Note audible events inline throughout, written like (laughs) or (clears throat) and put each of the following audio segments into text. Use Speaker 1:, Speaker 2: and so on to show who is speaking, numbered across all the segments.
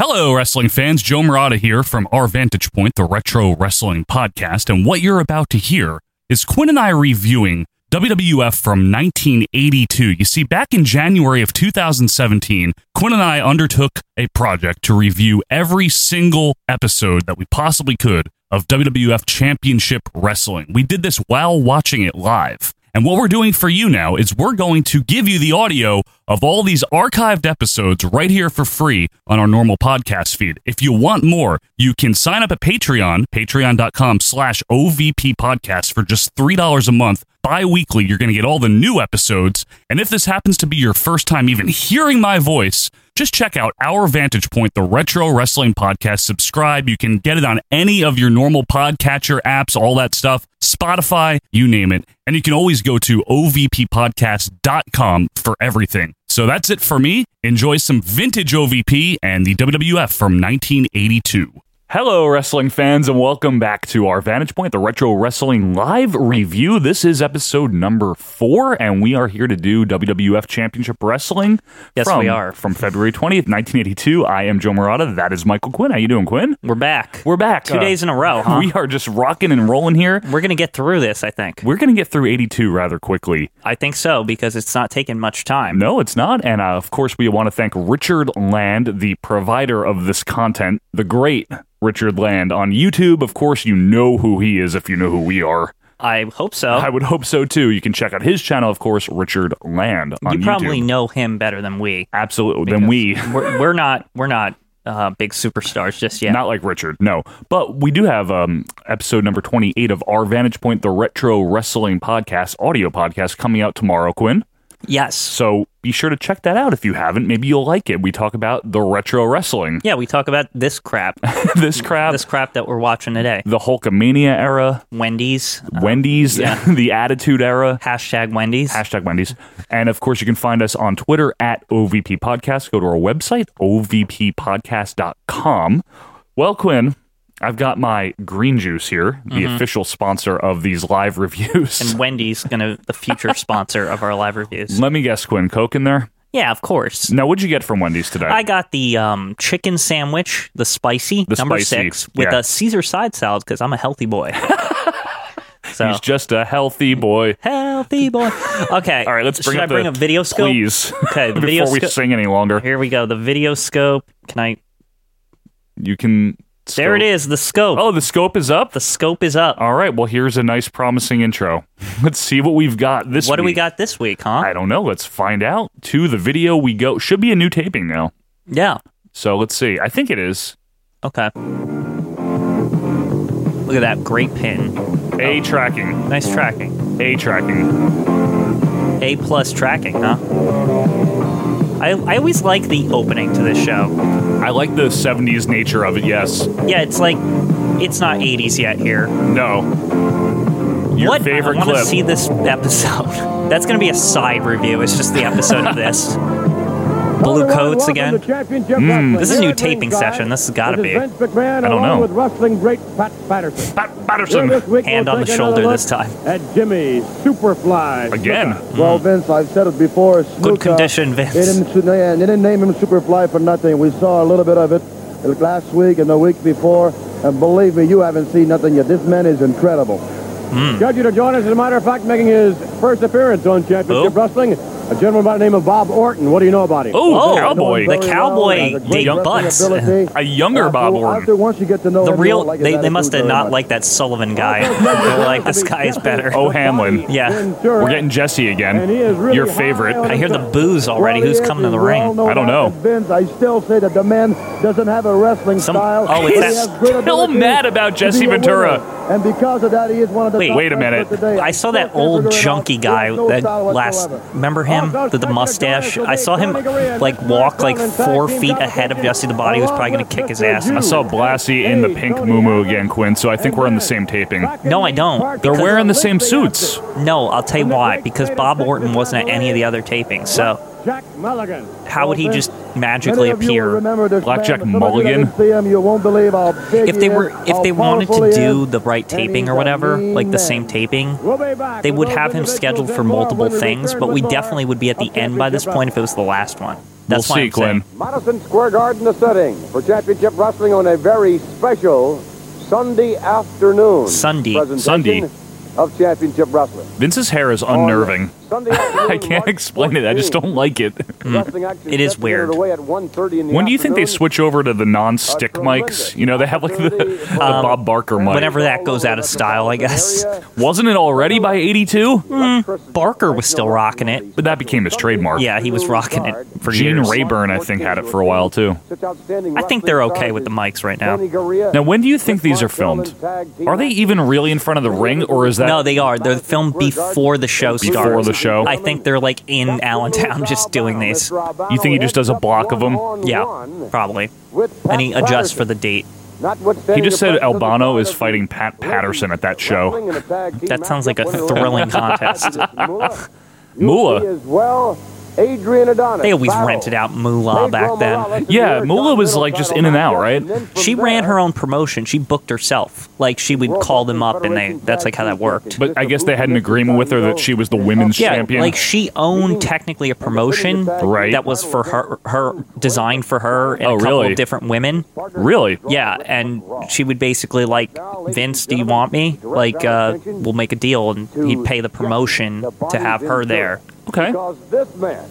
Speaker 1: Hello, wrestling fans. Joe Murata here from Our Vantage Point, the Retro Wrestling Podcast. And what you're about to hear is Quinn and I reviewing WWF from 1982. You see, back in January of 2017, Quinn and I undertook a project to review every single episode that we possibly could of WWF Championship Wrestling. We did this while watching it live. And what we're doing for you now is we're going to give you the audio of all these archived episodes right here for free on our normal podcast feed. If you want more, you can sign up at Patreon, patreon.com slash OVP podcast for just $3 a month. Bi-weekly, you're going to get all the new episodes. And if this happens to be your first time even hearing my voice, just check out Our Vantage Point, the Retro Wrestling Podcast. Subscribe. You can get it on any of your normal podcatcher apps, all that stuff, Spotify, you name it. And you can always go to ovppodcast.com for everything. So that's it for me. Enjoy some vintage OVP and the WWF from 1982. Hello, wrestling fans, and welcome back to our Vantage Point, the Retro Wrestling Live Review. This is episode number four, and we are here to do WWF Championship Wrestling.
Speaker 2: Yes,
Speaker 1: from,
Speaker 2: we are.
Speaker 1: From February 20th, 1982. I am Joe Morata. That is Michael Quinn. How you doing, Quinn?
Speaker 2: We're back.
Speaker 1: We're back.
Speaker 2: Two days in a row,
Speaker 1: (laughs)
Speaker 2: huh?
Speaker 1: We are just rocking and rolling here.
Speaker 2: We're going to get through this, I think.
Speaker 1: We're going to get through 82 rather quickly.
Speaker 2: I think so because it's not taking much time.
Speaker 1: No, it's not. And uh, of course, we want to thank Richard Land, the provider of this content, the great Richard Land on YouTube. Of course, you know who he is if you know who we are.
Speaker 2: I hope so.
Speaker 1: I would hope so too. You can check out his channel, of course, Richard Land on
Speaker 2: you probably
Speaker 1: YouTube.
Speaker 2: know him better than we.
Speaker 1: Absolutely. Then we.
Speaker 2: We're, we're not. We're not uh, big superstars just yet.
Speaker 1: Not like Richard, no. But we do have um, episode number 28 of Our Vantage Point, the Retro Wrestling Podcast, audio podcast, coming out tomorrow, Quinn.
Speaker 2: yes.
Speaker 1: So be sure to check that out if you haven't. Maybe you'll like it. We talk about the retro wrestling, (laughs)
Speaker 2: Yeah, we talk about this crap,
Speaker 1: this crap,
Speaker 2: this crap that we're watching today.
Speaker 1: the Hulkamania era,
Speaker 2: Wendy's uh,
Speaker 1: Wendy's, (laughs) the Attitude era.
Speaker 2: hashtag Wendy's.
Speaker 1: Hashtag Wendy's. And of course, you can find us on Twitter at OVP Podcast. Go to our website, ovppodcast.com. Well, Quinn, I've got my green juice here, the official sponsor of these live (laughs) reviews.
Speaker 2: Mm-hmm. and Wendy's gonna the future sponsor of our live reviews.
Speaker 1: Let me guess, Quinn, Coke in there?
Speaker 2: Yeah, of course.
Speaker 1: Now, what'd you get from Wendy's today?
Speaker 2: I got the um, chicken sandwich, the spicy
Speaker 1: The
Speaker 2: number
Speaker 1: spicy,
Speaker 2: six, with
Speaker 1: yeah.
Speaker 2: a Caesar side salad because I'm a healthy boy. so
Speaker 1: He's just a healthy boy.
Speaker 2: healthy boy. Okay,
Speaker 1: (laughs) All right, let's bring up
Speaker 2: Should I bring
Speaker 1: the-
Speaker 2: a video scope?
Speaker 1: Please. (laughs)
Speaker 2: Okay, the video
Speaker 1: Before we
Speaker 2: sco-
Speaker 1: sing any longer,
Speaker 2: Here we go. The video scope. Can I?
Speaker 1: you can.
Speaker 2: There it
Speaker 1: scope-
Speaker 2: is. The scope.
Speaker 1: Oh, the scope is up.
Speaker 2: The scope is up.
Speaker 1: All right. Well, here's a nice, promising intro. (laughs) Let's see what we've got this
Speaker 2: What do we
Speaker 1: week.
Speaker 2: got this week, huh?
Speaker 1: I don't know. Let's find out. To the video we go. Should be a new taping now.
Speaker 2: yeah.
Speaker 1: So let's see. I think it is.
Speaker 2: Okay. Look at that great pin.
Speaker 1: A tracking.
Speaker 2: Nice tracking.
Speaker 1: A tracking.
Speaker 2: A plus tracking, huh? I, I always like the opening to this show.
Speaker 1: I like the 70s nature of it. Yes.
Speaker 2: Yeah, it's like it's not 80s yet here.
Speaker 1: No. Your
Speaker 2: what?
Speaker 1: favorite
Speaker 2: I want
Speaker 1: clip.
Speaker 2: to see this episode. (laughs) That's going to be a side review. It's just the episode of
Speaker 3: (laughs)
Speaker 2: this. Blue coats again.
Speaker 4: Hmm, This is a new taping session. This has got to be. I
Speaker 1: don't know.
Speaker 4: wrestling great Pat Patterson.
Speaker 1: Pat Patterson.
Speaker 4: Hand on the shoulder this time. Hmm. At Jimmy Superfly.
Speaker 1: Again.
Speaker 3: Well, Vince, I've said it before. Snuka,
Speaker 2: condition, Vince.
Speaker 3: They didn't, they didn't name him Superfly for nothing. We saw a little bit of it last week and the week before. And believe me, you haven't seen nothing yet. This man is incredible.
Speaker 2: Hmm.
Speaker 4: Judge you to join us, as a matter of fact, making his first appearance on Championship
Speaker 2: Oh.
Speaker 4: Wrestling. A gentleman by the name of Bob Orton. What do you know about him?
Speaker 1: Oh,
Speaker 2: Oh,
Speaker 1: cowboy.
Speaker 2: the cowboy
Speaker 3: big
Speaker 2: dick butts. (laughs)
Speaker 1: A younger Bob Orton.
Speaker 3: After once you get to know
Speaker 2: The
Speaker 3: him,
Speaker 2: real
Speaker 3: you'll like his
Speaker 2: they, they must have
Speaker 3: attitude very
Speaker 2: not
Speaker 3: much.
Speaker 2: liked that Sullivan
Speaker 3: (laughs)
Speaker 2: guy. (laughs) They're like this guy is better.
Speaker 1: Oh, Hamlin.
Speaker 2: (laughs) Yeah.
Speaker 1: We're getting Jesse again.
Speaker 4: And he is really
Speaker 1: Your
Speaker 4: high
Speaker 1: favorite.
Speaker 4: on
Speaker 2: I hear the booze already.
Speaker 3: Well,
Speaker 2: Who's
Speaker 3: he
Speaker 2: coming to
Speaker 3: is.
Speaker 2: the
Speaker 3: We all
Speaker 2: ring?
Speaker 3: know
Speaker 1: I don't
Speaker 3: that.
Speaker 1: know.
Speaker 3: And Vince, I still say that the man doesn't have a wrestling
Speaker 2: Some-
Speaker 3: style.
Speaker 2: oh,
Speaker 3: but
Speaker 2: it's
Speaker 3: he
Speaker 2: that- (laughs)
Speaker 3: has great
Speaker 1: Still
Speaker 3: ability
Speaker 1: mad about
Speaker 3: to
Speaker 1: Jesse
Speaker 3: be a
Speaker 1: Ventura.
Speaker 3: winner. And because of that, he is one of the
Speaker 2: Wait,
Speaker 3: top
Speaker 1: wait a
Speaker 3: wrestlers
Speaker 1: minute.
Speaker 3: today.
Speaker 2: I saw that
Speaker 3: Still
Speaker 2: old
Speaker 3: can't figure it out.
Speaker 2: junky
Speaker 3: He has
Speaker 2: guy
Speaker 3: no
Speaker 2: that
Speaker 3: style
Speaker 2: last.
Speaker 3: whatsoever. Oh,
Speaker 2: Remember him? The, the mustache. I saw him like walk like four feet ahead of Jesse the Body,
Speaker 3: Oh,
Speaker 2: who's probably gonna kick his ass.
Speaker 1: I saw Blassie in the pink muumuu again, Quinn, so I think we're on the same taping.
Speaker 2: No, I don't.
Speaker 1: They're wearing the same suits.
Speaker 2: No, I'll tell you why. Because Bob Orton wasn't at any of the other tapings, so
Speaker 4: Jack Mulligan.
Speaker 2: how would he just magically
Speaker 3: Many of you will
Speaker 2: appear?
Speaker 3: remember this
Speaker 1: Blackjack
Speaker 3: man, but some of you that
Speaker 1: Mulligan.
Speaker 3: didn't see him, you won't believe how big
Speaker 2: If they
Speaker 3: he
Speaker 2: were,
Speaker 3: is,
Speaker 2: if
Speaker 3: how
Speaker 2: they wanted
Speaker 3: powerful
Speaker 2: to
Speaker 3: he
Speaker 2: do
Speaker 3: is,
Speaker 2: the right
Speaker 3: and
Speaker 2: taping
Speaker 3: he's
Speaker 2: or
Speaker 3: a
Speaker 2: whatever,
Speaker 3: mean
Speaker 2: like the
Speaker 3: man.
Speaker 2: same taping,
Speaker 4: We'll be back
Speaker 2: they
Speaker 4: with
Speaker 2: would
Speaker 4: those
Speaker 2: have him
Speaker 4: individuals
Speaker 2: scheduled
Speaker 4: and
Speaker 2: for
Speaker 4: more when
Speaker 2: multiple
Speaker 4: we
Speaker 2: things,
Speaker 4: return
Speaker 2: but we
Speaker 4: with more
Speaker 2: definitely would be at the
Speaker 4: of
Speaker 2: end by this
Speaker 4: Championship
Speaker 2: point if it was the last one. That's
Speaker 1: we'll
Speaker 2: why
Speaker 1: see,
Speaker 2: I'm
Speaker 1: Glenn.
Speaker 2: saying.
Speaker 3: Madison Square Garden, the setting for championship wrestling on a very special Sunday afternoon.
Speaker 2: Sunday.
Speaker 3: presentation
Speaker 1: Sunday.
Speaker 3: Of championship wrestling.
Speaker 1: Vince's hair is (laughs) unnerving.
Speaker 3: Sunday
Speaker 1: (laughs)
Speaker 3: afternoon,
Speaker 1: I can't
Speaker 3: March
Speaker 1: explain it. I just
Speaker 3: 14.
Speaker 1: don't like it. (laughs)
Speaker 3: Wrestling action
Speaker 2: It is
Speaker 3: gets
Speaker 2: weird.
Speaker 3: underway at 1:30 in the
Speaker 1: When do you think they
Speaker 3: afternoon.
Speaker 1: switch over to the non-stick mics? You know, they have like the, (laughs) the
Speaker 3: Um,
Speaker 1: Bob Barker mic.
Speaker 2: whenever that goes out of style, I guess. Hmm.
Speaker 1: Wasn't it already by 82?
Speaker 2: Barker was still rocking it.
Speaker 1: But that became his trademark.
Speaker 2: Yeah, he was rocking it for
Speaker 1: Gene
Speaker 2: years.
Speaker 1: Rayburn, I think, had it for a while too.
Speaker 2: I think they're okay with the mics right now.
Speaker 1: Now, when do you think these are filmed? Are they even really in front of the ring, or is that
Speaker 2: No, they are. They're filmed before the show
Speaker 1: Before
Speaker 2: starts.
Speaker 1: the show?
Speaker 2: I think they're like in Allentown just doing these.
Speaker 1: You think he just does a block of 'em?
Speaker 2: Yeah, probably. And he adjusts for the date.
Speaker 1: he just said Albano is fighting Pat Patterson at that show?
Speaker 2: That sounds like a thrilling contest.
Speaker 1: (laughs) Moolah.
Speaker 3: well, Adrian Adonis.
Speaker 2: They always rented out Moolah back then.
Speaker 1: Yeah, Moolah was like just in and out, right?
Speaker 2: She ran her own promotion. She booked herself. Like she would call them up, and they. That's like how that worked.
Speaker 1: But I guess they had an agreement with her that she was the women's
Speaker 2: Yeah,
Speaker 1: champion.
Speaker 2: like she owned technically a promotion
Speaker 1: Right.
Speaker 2: that was for her, her designed for her and
Speaker 1: Oh,
Speaker 2: a couple
Speaker 1: really?
Speaker 2: of different women.
Speaker 1: really?
Speaker 2: Yeah, and she would basically like Vince, do you want me? Like, uh, we'll make a deal, and he'd pay the promotion to have her there.
Speaker 1: Okay.
Speaker 3: Because this man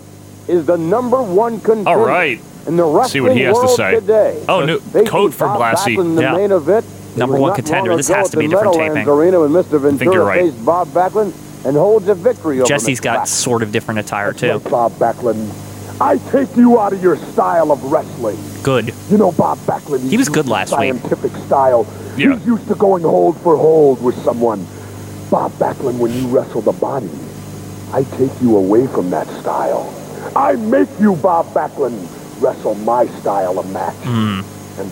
Speaker 3: is the number one contender
Speaker 1: All right.
Speaker 3: in the wrestling
Speaker 1: See what he has to
Speaker 3: world
Speaker 1: say.
Speaker 3: today.
Speaker 1: Oh, new
Speaker 3: They
Speaker 1: coat
Speaker 3: see
Speaker 1: for
Speaker 3: Bob Backlund in
Speaker 1: Blassie.
Speaker 2: (laughs)
Speaker 3: the
Speaker 2: Yeah.
Speaker 3: main event.
Speaker 2: Number
Speaker 3: It was
Speaker 2: one
Speaker 3: not
Speaker 2: contender.
Speaker 3: long
Speaker 2: This
Speaker 3: ago
Speaker 2: has
Speaker 3: at
Speaker 2: to be
Speaker 3: the
Speaker 2: a different
Speaker 3: Meadowlands
Speaker 2: taping.
Speaker 3: Arena when Mr. Ventura
Speaker 1: think you're right.
Speaker 3: faced Bob Backlund and holds a victory over
Speaker 2: Jesse's
Speaker 3: Mr.
Speaker 2: got
Speaker 3: Backlund.
Speaker 2: sort of different attire too.
Speaker 3: Look, Bob Backlund, I take you out of your style of wrestling.
Speaker 2: Good.
Speaker 3: You know Bob Backlund.
Speaker 2: He was good last week.
Speaker 3: Scientific style.
Speaker 1: Yeah.
Speaker 3: He's used to going hold for hold with someone. Bob Backlund, when you wrestle the body, I take you away from that style. I make you, Bob Backlund, wrestle my style of match. And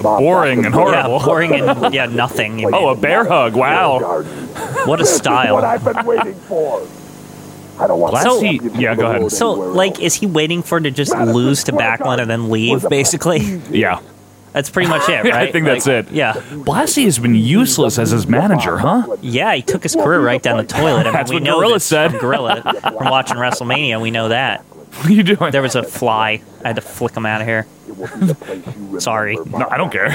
Speaker 3: Bob
Speaker 1: Hmm. Boring
Speaker 3: Backlund-
Speaker 1: and
Speaker 2: Yeah,
Speaker 1: horrible.
Speaker 2: boring
Speaker 1: (laughs)
Speaker 2: and yeah, nothing. you
Speaker 1: Oh,
Speaker 2: mean.
Speaker 1: a bear hug. Wow. (laughs)
Speaker 3: Garden.
Speaker 2: What a
Speaker 3: This is (laughs) what
Speaker 2: style.
Speaker 3: I've been waiting for. I don't want
Speaker 1: Glad
Speaker 3: to
Speaker 1: he- yeah, go ahead.
Speaker 2: So, like, is he waiting for her to just lose to Backlund and then leave?
Speaker 1: (laughs)
Speaker 2: Basically,
Speaker 1: Yeah.
Speaker 2: that's pretty much
Speaker 1: (laughs)
Speaker 2: it,
Speaker 1: Yeah, I
Speaker 2: right?
Speaker 1: think that's
Speaker 2: Like,
Speaker 1: it.
Speaker 2: Yeah,
Speaker 1: Blassie has been useless as his manager, huh?
Speaker 2: yeah. He took his career right down the toilet. I mean,
Speaker 1: That's
Speaker 2: we
Speaker 1: what
Speaker 2: know
Speaker 1: Gorilla
Speaker 2: this
Speaker 1: said.
Speaker 2: From (laughs) Gorilla from watching WrestleMania, we know that
Speaker 1: What are you doing?
Speaker 2: there was a fly. I had to flick him out of here. Sorry.
Speaker 1: No, I don't care.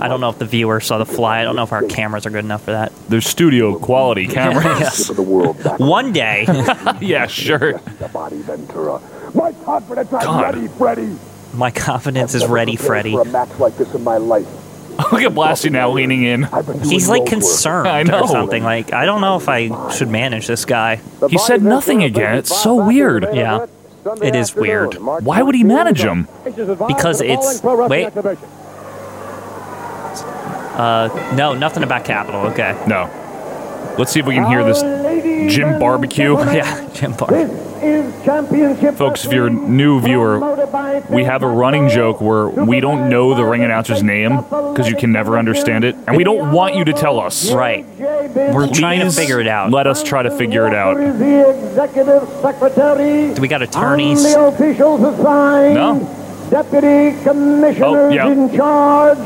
Speaker 2: I don't know if the viewer saw the fly. I don't know if our cameras are good enough for that.
Speaker 1: There's studio
Speaker 2: (laughs)
Speaker 1: quality cameras.
Speaker 3: For the world, Backlund,
Speaker 2: One day,
Speaker 1: (laughs)
Speaker 2: (laughs)
Speaker 1: yeah, sure.
Speaker 3: the body, Ventura. My confidence, I'm
Speaker 1: God.
Speaker 3: ready, Freddy.
Speaker 2: my confidence is ready, Freddy.
Speaker 3: For a match like this in my life,
Speaker 1: Look at Blassie now leaning in.
Speaker 3: I've been doing
Speaker 2: He's like
Speaker 3: road
Speaker 1: (laughs)
Speaker 2: concerned
Speaker 1: I know.
Speaker 2: or something. Like I don't know if I should manage this guy.
Speaker 3: work.
Speaker 1: He said nothing again. It's so weird.
Speaker 2: Yeah. It is weird.
Speaker 1: Why would he manage him?
Speaker 2: Because it's- wait. Uh, No, nothing about Capital. Okay.
Speaker 1: No. Let's see if we can hear this Jim Barbecue. (laughs)
Speaker 2: Yeah, Jim Park.
Speaker 3: is championship.
Speaker 1: Folks, if you're a new viewer, we have a running joke where we don't know the ring announcer's name because you can never understand it, and we don't want you to tell us.
Speaker 2: Right. We're trying to
Speaker 1: Please
Speaker 2: figure it out.
Speaker 1: Let us try to figure it out.
Speaker 3: the executive secretary.
Speaker 2: Do we got attorneys?
Speaker 3: The officials assigned.
Speaker 1: No?
Speaker 3: Deputy commissioners
Speaker 1: Oh, yeah.
Speaker 3: in charge.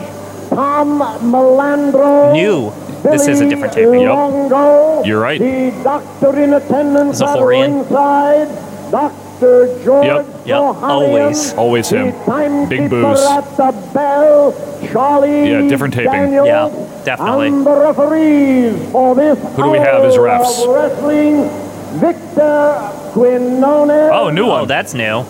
Speaker 3: Tom Melandro.
Speaker 2: New. This is a different
Speaker 3: Billy
Speaker 2: taping.
Speaker 1: Yep.
Speaker 3: Longo,
Speaker 1: You're right.
Speaker 3: The doctor in attendance at
Speaker 2: Zahorian.
Speaker 3: ringside, Dr. George
Speaker 1: Yep.
Speaker 2: Yep.
Speaker 3: Zoharian,
Speaker 2: Always.
Speaker 1: Always him.
Speaker 3: the timekeeper
Speaker 1: booze.
Speaker 3: at the bell, Charlie
Speaker 1: Yeah, different taping.
Speaker 3: Daniels,
Speaker 2: Yeah, definitely.
Speaker 3: And the referees for this
Speaker 1: Who do we have as
Speaker 3: hour
Speaker 1: refs?
Speaker 3: of wrestling, Victor Quinones,
Speaker 1: Oh, new
Speaker 2: Oh,
Speaker 1: one.
Speaker 2: that's new.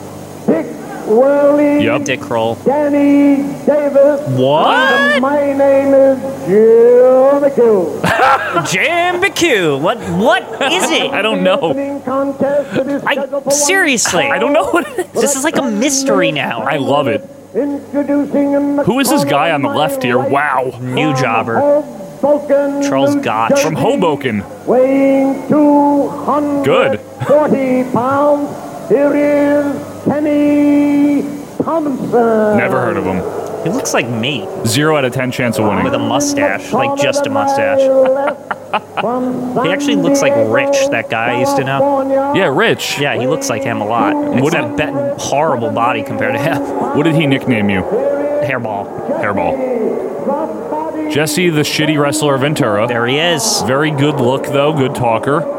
Speaker 3: Dick Worley,
Speaker 1: Yep.
Speaker 2: Dick Kroll.
Speaker 3: Danny Davis.
Speaker 1: What?
Speaker 3: and my name is Jim McHugh.
Speaker 2: Jam BQ. What? What is
Speaker 1: (laughs) I
Speaker 2: it?
Speaker 1: don't know.
Speaker 3: Opening contest that is scheduled for
Speaker 2: I
Speaker 3: one
Speaker 2: seriously.
Speaker 1: I don't know what it is.
Speaker 2: This is like a mystery now.
Speaker 1: I love it.
Speaker 3: Introducing in the
Speaker 1: Who is this guy on the
Speaker 3: corner
Speaker 1: left here?
Speaker 3: right
Speaker 1: Wow.
Speaker 2: new jobber.
Speaker 3: Hoboken,
Speaker 2: Charles
Speaker 3: New
Speaker 2: Gotch.
Speaker 3: Jersey,
Speaker 1: From Hoboken.
Speaker 3: Weighing 240
Speaker 1: Good.
Speaker 3: pounds. Here is Kenny Thompson.
Speaker 1: Never heard of him.
Speaker 2: He looks like me
Speaker 1: Zero out of ten chance of
Speaker 2: with
Speaker 1: winning.
Speaker 2: a mustache, like just a mustache. (laughs) He actually looks like Rich, that guy I used to know.
Speaker 1: Yeah, Rich.
Speaker 2: Yeah, he looks like him a lot. What that bet horrible body compared to him. (laughs)
Speaker 1: What did he nickname you?
Speaker 2: Hairball.
Speaker 1: Hairball. Jesse, the shitty wrestler of Ventura.
Speaker 2: There he is.
Speaker 1: Very good look, though. Good talker.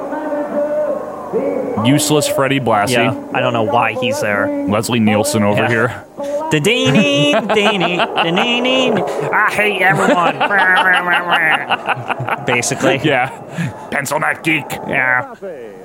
Speaker 1: Useless Freddie Blassie.
Speaker 2: Yeah, I don't know why he's there.
Speaker 1: Leslie Nielsen over
Speaker 2: Yeah.
Speaker 1: here. (laughs)
Speaker 2: Da-dee-nee, da-dee-nee, da-dee-nee. I hate
Speaker 1: (laughs)
Speaker 2: everyone. Basically.
Speaker 1: Yeah. Pencil Neck Geek.
Speaker 2: Yeah.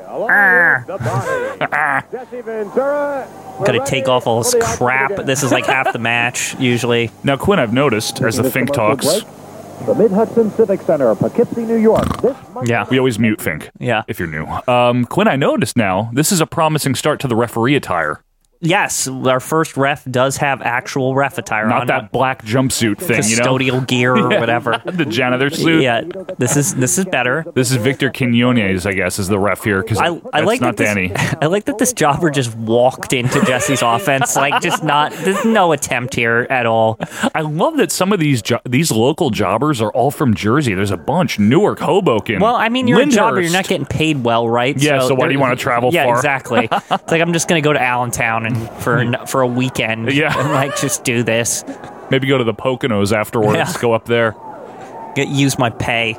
Speaker 3: (laughs) Along with the body. Jesse Ventura. we're
Speaker 2: Gotta
Speaker 3: ready
Speaker 2: take off all this
Speaker 3: for the action to
Speaker 2: crap.
Speaker 3: begin.
Speaker 2: This is like half the match, usually.
Speaker 1: Now, Quinn, I've noticed as the
Speaker 3: This
Speaker 1: Fink
Speaker 3: commercial
Speaker 1: talks,
Speaker 3: break, The Mid Hudson Civic Center, Poughkeepsie, New York. This month-
Speaker 2: Yeah.
Speaker 1: we always mute Fink
Speaker 2: Yeah.
Speaker 1: if you're new. Um, Quinn, I noticed now this is a promising start to the referee attire,
Speaker 2: Yes, our first ref does have actual ref attire
Speaker 1: not
Speaker 2: on.
Speaker 1: that black jumpsuit thing, you know?
Speaker 2: custodial gear
Speaker 1: (laughs)
Speaker 2: or whatever.
Speaker 1: The janitor suit.
Speaker 2: yeah, this is this is better.
Speaker 1: This is Victor Quinones, I guess, is the ref here because
Speaker 2: I, I like
Speaker 1: not
Speaker 2: that
Speaker 1: Danny. (laughs)
Speaker 2: This, (laughs) I like that this jobber just walked into Jesse's offense, like just not. There's no attempt here at all.
Speaker 1: I love that some of these jo- these local jobbers are all from Jersey. There's a bunch: Newark, Hoboken.
Speaker 2: Well, I mean, you're a jobber. You're not
Speaker 1: Lyndhurst.
Speaker 2: getting paid well, right?
Speaker 1: Yeah, so why do
Speaker 2: there-
Speaker 1: you wanna travel
Speaker 2: yeah,
Speaker 1: far? (laughs)
Speaker 2: exactly. it's like I'm just gonna go to Allentown and for an- for a weekend.
Speaker 1: Yeah.
Speaker 2: (laughs) and like just do this.
Speaker 1: Maybe go to the Poconos afterwards.
Speaker 2: Yeah.
Speaker 1: Go up there.
Speaker 2: Get, use my pay.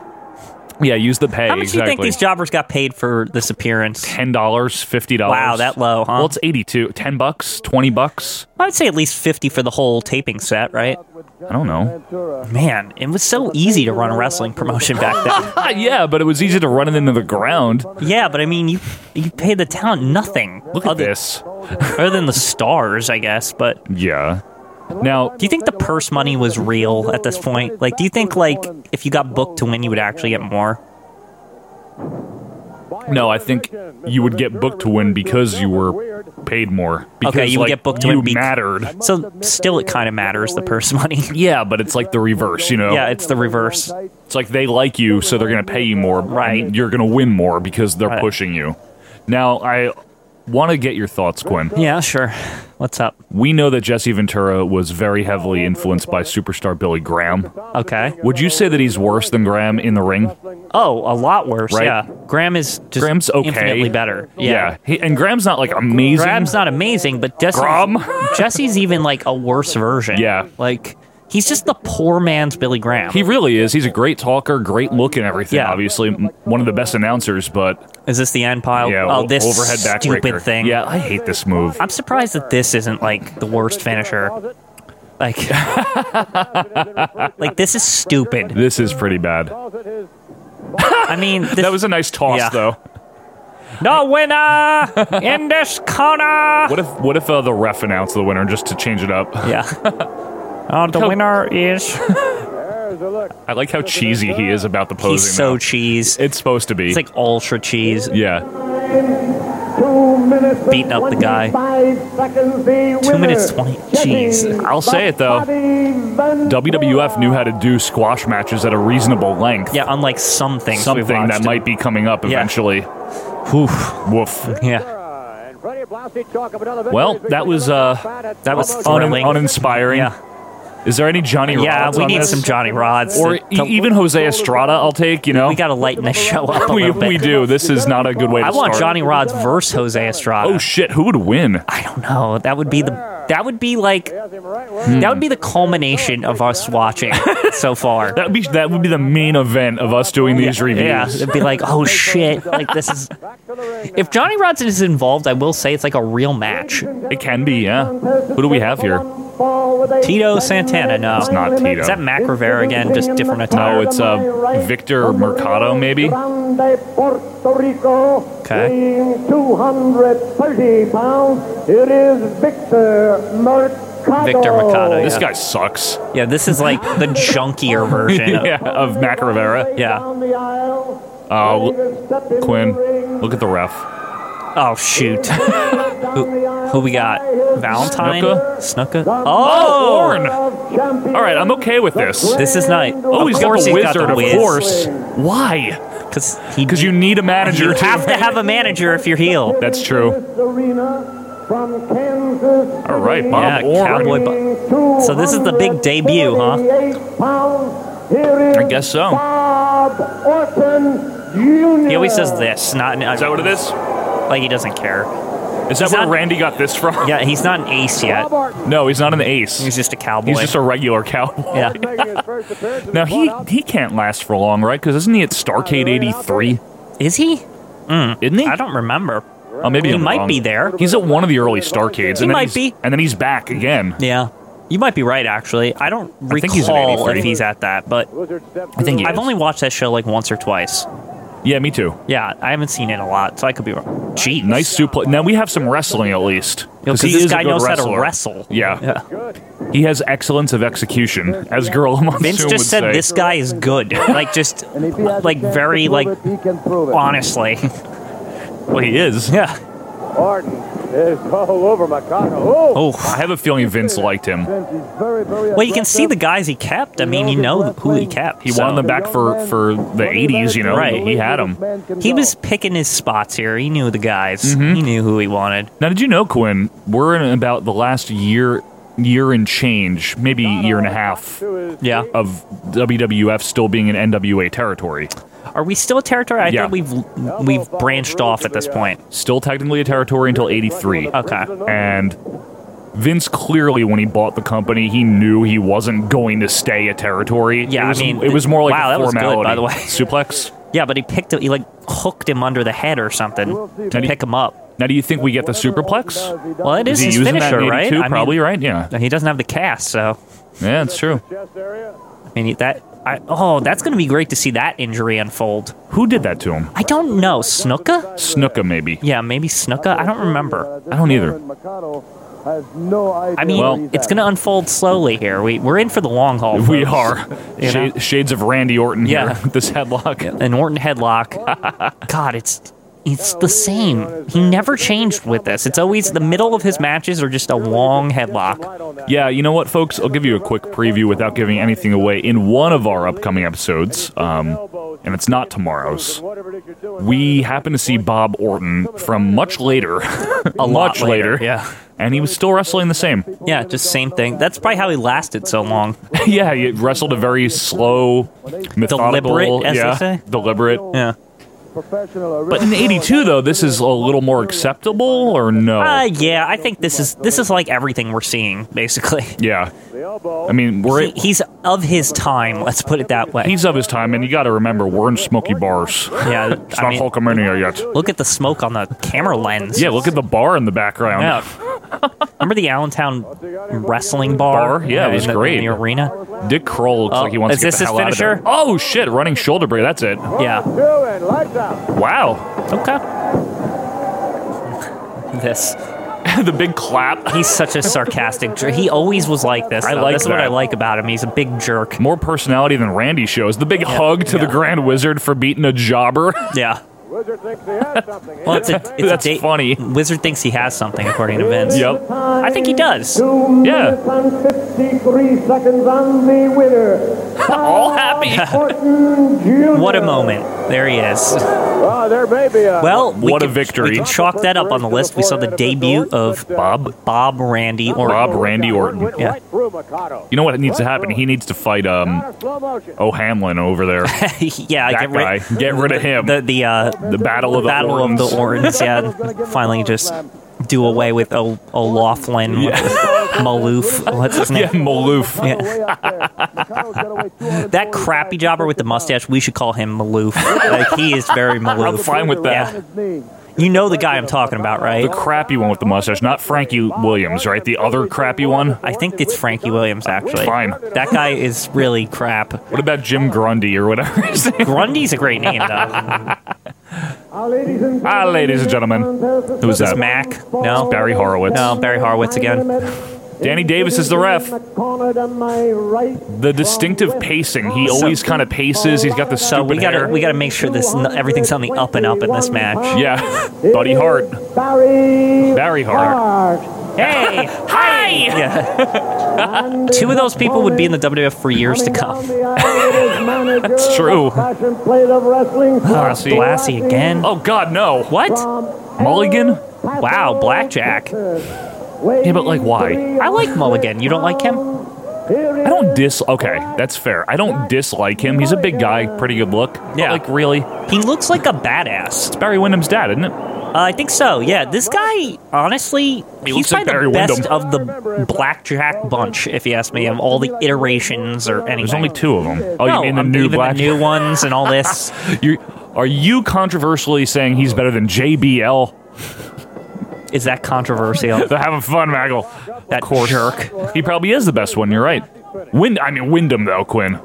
Speaker 1: Yeah, use the pay.
Speaker 2: How much do you
Speaker 1: exactly.
Speaker 2: think these jobbers got paid for this appearance?
Speaker 1: Ten dollars, fifty dollars.
Speaker 2: Wow, that low, huh?
Speaker 1: Well, it's eighty-two. Ten bucks, twenty bucks.
Speaker 2: I'd say at least fifty for the whole taping set, right?
Speaker 1: I don't know.
Speaker 3: Ventura.
Speaker 2: Man, it was so easy to run a wrestling promotion back then.
Speaker 1: (laughs) Ah, yeah, but it was easy to run it into the ground.
Speaker 2: Yeah, but I mean, you you pay the talent nothing.
Speaker 1: Look at
Speaker 2: other,
Speaker 1: this.
Speaker 2: other than the stars, I guess. But
Speaker 1: Yeah. Now,
Speaker 2: do you think the purse money was real at this point? Like, do you think like if you got booked to win, you would actually get more?
Speaker 1: no, I think you would get booked to win because you were paid more. Because,
Speaker 2: Okay, you would
Speaker 1: like,
Speaker 2: get booked to
Speaker 1: you
Speaker 2: win bec-
Speaker 1: mattered.
Speaker 2: So still, it kind of matters the purse money. (laughs)
Speaker 1: Yeah, but it's like the reverse, you know.
Speaker 2: Yeah, it's the reverse.
Speaker 1: It's like they like you, so they're going to pay you more.
Speaker 2: Right.
Speaker 1: and You're going to win more because they're
Speaker 2: Right.
Speaker 1: pushing you. Now, I want to get your thoughts, Quinn.
Speaker 2: Yeah, sure. What's up?
Speaker 1: We know that Jesse Ventura was very heavily influenced by superstar Billy Graham.
Speaker 2: Okay.
Speaker 1: Would you say that he's worse than Graham in the ring?
Speaker 2: Oh, a lot worse.
Speaker 1: Right?
Speaker 2: Yeah, Graham is just
Speaker 1: Graham's okay.
Speaker 2: infinitely better. Yeah.
Speaker 1: He, and Graham's not like amazing.
Speaker 2: Graham's not amazing, but Jesse's,
Speaker 1: Graham?
Speaker 2: (laughs) Jesse's even like a worse version.
Speaker 1: Yeah.
Speaker 2: like he's just the poor man's Billy Graham.
Speaker 1: He really is. He's a great talker, great look and everything,
Speaker 2: Yeah.
Speaker 1: obviously. M- One of the best announcers, but
Speaker 2: Is this the end pile?
Speaker 1: yeah,
Speaker 2: oh,
Speaker 1: o-
Speaker 2: this
Speaker 1: overhead backbreaker.
Speaker 2: stupid thing.
Speaker 1: Yeah, I hate this move.
Speaker 2: I'm surprised that this isn't like the worst finisher. Like, (laughs) like this is stupid.
Speaker 1: This is pretty bad.
Speaker 2: I mean, this,
Speaker 1: That
Speaker 2: (laughs)
Speaker 1: was a nice toss,
Speaker 2: Yeah.
Speaker 1: though.
Speaker 2: no winner in this corner.
Speaker 1: What if what if uh, the ref announced the winner just to change it up?
Speaker 2: Yeah. Oh,
Speaker 1: (laughs)
Speaker 2: the winner is
Speaker 3: There's a look.
Speaker 1: I like how cheesy he is about the posing.
Speaker 2: he's so
Speaker 1: though.
Speaker 2: cheese.
Speaker 1: it's supposed to be.
Speaker 2: It's like ultra cheese.
Speaker 1: yeah,
Speaker 3: Two minutes and
Speaker 2: Beating up the guy.
Speaker 3: 25 seconds, the
Speaker 2: Two minutes
Speaker 3: winner,
Speaker 2: twenty. Jeez.
Speaker 1: I'll say it though.
Speaker 3: Bobby Ventura.
Speaker 1: WWF knew how to do squash matches at a reasonable length.
Speaker 2: Yeah, unlike some things we've
Speaker 1: something that
Speaker 2: watched.
Speaker 1: might be coming up
Speaker 2: Yeah.
Speaker 1: eventually. Woof, woof.
Speaker 2: Yeah.
Speaker 3: And Freddie Blassie talk of another
Speaker 1: Well,
Speaker 3: victory.
Speaker 1: that was uh,
Speaker 2: That was
Speaker 1: un-
Speaker 2: thrilling.
Speaker 1: uninspiring.
Speaker 2: Yeah.
Speaker 1: Is there any Johnny?
Speaker 2: Yeah,
Speaker 1: Rods
Speaker 2: we
Speaker 1: on
Speaker 2: need
Speaker 1: this?
Speaker 2: some Johnny Rods.
Speaker 1: or
Speaker 2: to-
Speaker 1: e-
Speaker 2: to-
Speaker 1: even Jose Estrada. I'll take. You know,
Speaker 2: we gotta lighten this show up
Speaker 1: (laughs)
Speaker 2: a
Speaker 1: we,
Speaker 2: little bit.
Speaker 1: we do. This is not a good way.
Speaker 2: I
Speaker 1: to
Speaker 2: want
Speaker 1: start.
Speaker 2: Johnny Rods versus Jose Estrada.
Speaker 1: Oh shit! Who would win?
Speaker 2: I don't know. That would be the. That would be like.
Speaker 1: Hmm.
Speaker 2: That would be the culmination of us watching (laughs) so far.
Speaker 1: That would be (laughs) that would be the main event of us doing these reviews.
Speaker 2: Yeah, it'd be like, oh shit! Like this is. If Johnny Rodson is involved, I will say it's like a real match.
Speaker 1: It can be, yeah. Who do we have here?
Speaker 2: Tito Santana, no,
Speaker 1: It's not Tito.
Speaker 2: Is that Mac Rivera again? Just different attire.
Speaker 1: No, it's uh, Victor Mercado, maybe.
Speaker 3: Grande, Puerto Rico,
Speaker 2: Okay.
Speaker 3: weighing 230 pounds. It is Victor Mercado.
Speaker 2: Victor Mercado,
Speaker 1: This
Speaker 2: Yeah.
Speaker 1: guy sucks.
Speaker 2: Yeah, this is like the junkier version.
Speaker 1: (laughs)
Speaker 2: Of,
Speaker 1: yeah, of Mac Rivera.
Speaker 2: yeah.
Speaker 1: Oh, l- Quinn, look at the ref.
Speaker 2: Oh shoot. who, who we got? Valentine.
Speaker 1: Snuka?
Speaker 2: Snuka.
Speaker 1: Oh,
Speaker 2: Oh.
Speaker 1: Orn. All right, I'm okay with this.
Speaker 2: This is nice.
Speaker 1: Oh, he's
Speaker 2: of
Speaker 1: got
Speaker 2: course
Speaker 1: the
Speaker 2: he's
Speaker 1: wizard,
Speaker 2: got the
Speaker 1: of
Speaker 2: whiz.
Speaker 1: course. Why?
Speaker 2: Because
Speaker 1: Because you need a manager.
Speaker 2: You
Speaker 1: to-
Speaker 2: have to have a manager if you're heel.
Speaker 1: That's true.
Speaker 3: From Kansas,
Speaker 1: All right, Bob
Speaker 2: Yeah,
Speaker 1: Orr.
Speaker 2: Cowboy Bob. So this is the big debut, huh?
Speaker 3: 248 Pounds. Here is
Speaker 1: I guess so.
Speaker 3: Bob Orton Jr.
Speaker 2: He always says this, not
Speaker 1: Is that what it is?
Speaker 2: like he doesn't care.
Speaker 1: Is that
Speaker 2: He's
Speaker 1: where
Speaker 2: not-
Speaker 1: Randy got this from?
Speaker 2: Yeah, he's not an ace yet.
Speaker 3: Bob
Speaker 1: (laughs)
Speaker 3: Orton
Speaker 1: No, he's not an ace.
Speaker 2: He's just a cowboy.
Speaker 1: He's just a regular cowboy.
Speaker 2: yeah.
Speaker 3: making his first appearance. in
Speaker 1: Now
Speaker 3: the
Speaker 1: he
Speaker 3: playoffs.
Speaker 1: he can't last for long, right? Because isn't he at Starcade '83?
Speaker 2: Is he?
Speaker 1: Mm, Isn't he?
Speaker 2: I don't remember.
Speaker 1: Oh, maybe
Speaker 2: He
Speaker 1: I'm
Speaker 2: might
Speaker 1: wrong.
Speaker 2: be there.
Speaker 1: He's at one of the early Starcades.
Speaker 2: He
Speaker 1: and then
Speaker 2: might
Speaker 1: he's-
Speaker 2: be.
Speaker 1: And then he's back again.
Speaker 2: Yeah. You might be right, actually. I don't recall
Speaker 1: think he's in 83.
Speaker 2: if he's at that, but
Speaker 1: I think he
Speaker 2: I've
Speaker 1: is.
Speaker 2: only watched that show like once or twice.
Speaker 1: Yeah, me too.
Speaker 2: Yeah, I haven't seen it a lot, so I could be wrong. Jeez.
Speaker 1: Nice suplex. Now we have some wrestling at least.
Speaker 2: Because
Speaker 1: he
Speaker 2: this
Speaker 1: is a
Speaker 2: guy
Speaker 1: good
Speaker 2: knows how to
Speaker 1: wrestler.
Speaker 2: wrestle.
Speaker 1: Yeah.
Speaker 2: Yeah.
Speaker 1: He has excellence of execution, as Gorilla Monsoon
Speaker 2: Vince
Speaker 1: would
Speaker 2: just said
Speaker 1: say.
Speaker 2: this guy is good. Like just
Speaker 5: And if he has a
Speaker 2: like
Speaker 5: chance
Speaker 2: very
Speaker 5: to
Speaker 2: like
Speaker 5: prove it, he can prove it.
Speaker 2: honestly. (laughs)
Speaker 1: Well, he is.
Speaker 2: Yeah.
Speaker 5: Orton is all over Mikado. Oh,
Speaker 1: I
Speaker 2: Oh.
Speaker 1: have a feeling Vince liked him.
Speaker 5: Vince is very, very
Speaker 2: Well, you can see the guys he kept. I mean, you know who he kept.
Speaker 1: He
Speaker 2: so-
Speaker 1: wanted them back for, for the 80s, you know?
Speaker 2: Right.
Speaker 1: He had them.
Speaker 2: He was picking his spots here. He knew the guys.
Speaker 1: Mm-hmm.
Speaker 2: He knew who he wanted.
Speaker 1: Now, did you know, Quinn, we're in about the last year, year and change, maybe year and a half
Speaker 2: Yeah.
Speaker 1: of WWF still being in NWA territory.
Speaker 2: Are we still a territory? I
Speaker 1: Yeah.
Speaker 2: thought we've we've branched off at this point.
Speaker 1: Still technically a territory until 83.
Speaker 2: Okay.
Speaker 1: And Vince clearly, when he bought the company, he knew he wasn't going to stay a territory.
Speaker 2: Yeah,
Speaker 1: it
Speaker 2: I
Speaker 1: was,
Speaker 2: mean,
Speaker 1: it was more like
Speaker 2: wow,
Speaker 1: a
Speaker 2: that was good,
Speaker 1: formality.
Speaker 2: by the
Speaker 1: (laughs)
Speaker 2: way.
Speaker 1: suplex.
Speaker 2: Yeah, but he picked he like hooked him under the head or something to
Speaker 1: Did he-
Speaker 2: pick him up.
Speaker 1: Now, do you think we get the
Speaker 3: (laughs)
Speaker 1: superplex?
Speaker 2: Well, it is
Speaker 1: he
Speaker 2: his
Speaker 1: using
Speaker 2: finisher,
Speaker 1: that in
Speaker 2: right?
Speaker 1: 82?
Speaker 2: I mean-
Speaker 1: Probably, right? Yeah,
Speaker 2: He doesn't have the cast, so
Speaker 1: yeah, it's true.
Speaker 2: I mean he- that. I, oh, that's going to be great to see that injury unfold.
Speaker 1: Who did that to him?
Speaker 2: I don't know, Snuka?
Speaker 1: Snuka, maybe.
Speaker 2: Yeah, maybe Snuka. I don't remember.
Speaker 1: Uh, I don't either.
Speaker 5: Mikado has no idea
Speaker 2: I mean,
Speaker 5: where he's
Speaker 2: it's
Speaker 5: at.
Speaker 2: going to unfold slowly here. We we're in for the long haul.
Speaker 1: We
Speaker 2: folks.
Speaker 1: are
Speaker 2: You know?
Speaker 1: Shade, shades of Randy Orton here
Speaker 2: Yeah.
Speaker 1: with (laughs) this headlock.
Speaker 2: an Orton headlock. (laughs) God, it's it's the same. He never changed with this. It's always the middle of his matches are just a long headlock.
Speaker 1: Yeah, you know what, folks? I'll give you a quick preview without giving anything away. In one of our upcoming episodes, um, and it's not tomorrow's, we happen to see Bob Orton from much
Speaker 2: (laughs)
Speaker 1: later, a (laughs) much later,
Speaker 2: Yeah.
Speaker 1: and he was still wrestling the same. (laughs)
Speaker 2: Yeah, just same thing. That's probably how he lasted so long.
Speaker 1: yeah, he wrestled a very slow, methodical,
Speaker 2: Deliberate, as they
Speaker 1: yeah,
Speaker 2: say?
Speaker 1: deliberate.
Speaker 2: Yeah.
Speaker 5: Professional,
Speaker 1: But in '82, though, this is a little more acceptable, or no?
Speaker 2: Uh, yeah, I think this is this is like everything we're seeing basically.
Speaker 1: yeah, I mean, we're
Speaker 2: He, he's of his time, let's put it that
Speaker 1: (laughs)
Speaker 2: way.
Speaker 1: He's of his time, and you got to remember, we're in smoky bars.
Speaker 2: (laughs) yeah,
Speaker 1: It's
Speaker 2: I
Speaker 1: not
Speaker 2: mean,
Speaker 1: Hulkamania yet.
Speaker 2: look at the smoke on the camera
Speaker 1: (laughs)
Speaker 2: lens.
Speaker 1: Yeah, look at the bar in the background.
Speaker 2: Yeah. Remember the Allentown wrestling bar?
Speaker 1: Bar? Yeah, it was
Speaker 2: in the,
Speaker 1: great.
Speaker 2: In the arena.
Speaker 1: Dick Kroll looks
Speaker 2: Oh,
Speaker 1: like he wants
Speaker 2: is
Speaker 1: to get
Speaker 2: this
Speaker 1: the
Speaker 2: his
Speaker 1: hell out of there.
Speaker 2: finisher?
Speaker 1: Oh shit, running shoulder break. That's it.
Speaker 2: Yeah.
Speaker 1: Wow,
Speaker 2: Okay. This.
Speaker 1: (laughs) the big clap.
Speaker 2: He's such a sarcastic jerk. He always was like this.
Speaker 1: I
Speaker 2: though.
Speaker 1: like
Speaker 2: That's what
Speaker 1: that.
Speaker 2: I like about him. He's a big jerk.
Speaker 1: More personality than Randy shows. The big hug to the Grand Wizard for beating a jobber. (laughs)
Speaker 2: Yeah.
Speaker 6: Wizard thinks he has something.
Speaker 2: Well, it's a, it's
Speaker 1: That's
Speaker 2: a date.
Speaker 1: funny.
Speaker 2: Wizard thinks he has something, according to Vince.
Speaker 1: yep.
Speaker 2: I think he does.
Speaker 1: Yeah.
Speaker 6: And 53 seconds on the
Speaker 2: (laughs)
Speaker 6: winner.
Speaker 1: All happy.
Speaker 2: What a moment. There he is.
Speaker 6: Oh, there may be a.
Speaker 2: Well, we
Speaker 1: What a
Speaker 2: can-
Speaker 1: victory.
Speaker 2: We can chalk that up on the list. We saw the debut of Bob Bob Randy or
Speaker 1: Bob Randy Orton.
Speaker 6: Went
Speaker 2: Yeah.
Speaker 6: right through Mikado.
Speaker 1: You know what needs to happen? He needs to fight um
Speaker 6: Not a slow motion.
Speaker 1: O'Hamlin over
Speaker 2: (laughs)
Speaker 1: there.
Speaker 2: (laughs) yeah,
Speaker 1: That
Speaker 2: get rid,
Speaker 1: guy. Get rid of him.
Speaker 2: (laughs) The the uh,
Speaker 1: The Battle of the
Speaker 2: Battle
Speaker 1: Ortons.
Speaker 2: of the Ortons. Yeah, finally just do away with o- O'Laughlin, (laughs) Maloof. What's his
Speaker 1: Yeah,
Speaker 2: name?
Speaker 1: Maloof.
Speaker 2: That crappy jobber with the mustache. We should call him Maloof. Like he is very Maloof.
Speaker 1: (laughs) I'm fine with that.
Speaker 2: Yeah. You know the guy I'm talking about, right?
Speaker 1: The crappy one with the mustache, not Frankie Williams, right? The other crappy one.
Speaker 2: I think it's Frankie Williams actually.
Speaker 1: Fine.
Speaker 2: That guy is really crap.
Speaker 1: What about Jim Grundy or whatever (laughs) his name?
Speaker 2: Grundy's a great name
Speaker 1: (laughs)
Speaker 2: though.
Speaker 1: Ah, ladies and gentlemen, who's
Speaker 2: This
Speaker 1: that?
Speaker 2: Mac? No.
Speaker 1: Barry Horowitz.
Speaker 2: No, Barry Horowitz again.
Speaker 1: Danny Davis is the ref.
Speaker 6: Corner to my right.
Speaker 1: The distinctive pacing. He always kind of paces. He's got the
Speaker 2: So
Speaker 1: stupid
Speaker 2: we gotta
Speaker 1: hair.
Speaker 2: we gotta make sure this everything's on the up and up in this match.
Speaker 1: yeah, (laughs) Buddy Hart,
Speaker 6: Barry.
Speaker 1: Barry Hart.
Speaker 2: Hey! Hi! Yeah. (laughs) Two of those people would be in the WWF for years
Speaker 1: (laughs)
Speaker 2: to come.
Speaker 1: It's
Speaker 2: (laughs)
Speaker 1: true.
Speaker 6: Passion plate of wrestling.
Speaker 1: Blassie.
Speaker 2: Uh, Blassie again.
Speaker 1: Oh God, no.
Speaker 2: What?
Speaker 1: Mulligan?
Speaker 2: Wow, Blackjack.
Speaker 1: Yeah, but like, why?
Speaker 2: I like Mulligan. You don't like him?
Speaker 1: I don't dis. Okay, that's fair. I don't dislike him. He's a big guy, pretty good look. But,
Speaker 2: Yeah.
Speaker 1: like really,
Speaker 2: He looks like a badass.
Speaker 1: it's Barry Wyndham's dad, isn't it?
Speaker 2: Uh, I think so. Yeah, this guy, honestly, he's
Speaker 1: looks like
Speaker 2: probably
Speaker 1: Barry
Speaker 2: the best
Speaker 1: Windham.
Speaker 2: of the Blackjack bunch, if you ask me, of all the iterations or anything.
Speaker 1: There's only two of them. Oh,
Speaker 2: No,
Speaker 1: you mean the
Speaker 2: I'm-
Speaker 1: new
Speaker 2: even
Speaker 1: black?
Speaker 2: the
Speaker 1: (laughs)
Speaker 2: new ones and all this.
Speaker 1: (laughs) You are you controversially saying he's better than JBL?
Speaker 2: Is that controversial?
Speaker 1: They're having fun, Maggle.
Speaker 2: That
Speaker 1: Of course.
Speaker 2: jerk.
Speaker 1: He probably is the best one. You're right. Win. I mean Wyndham though, Quinn.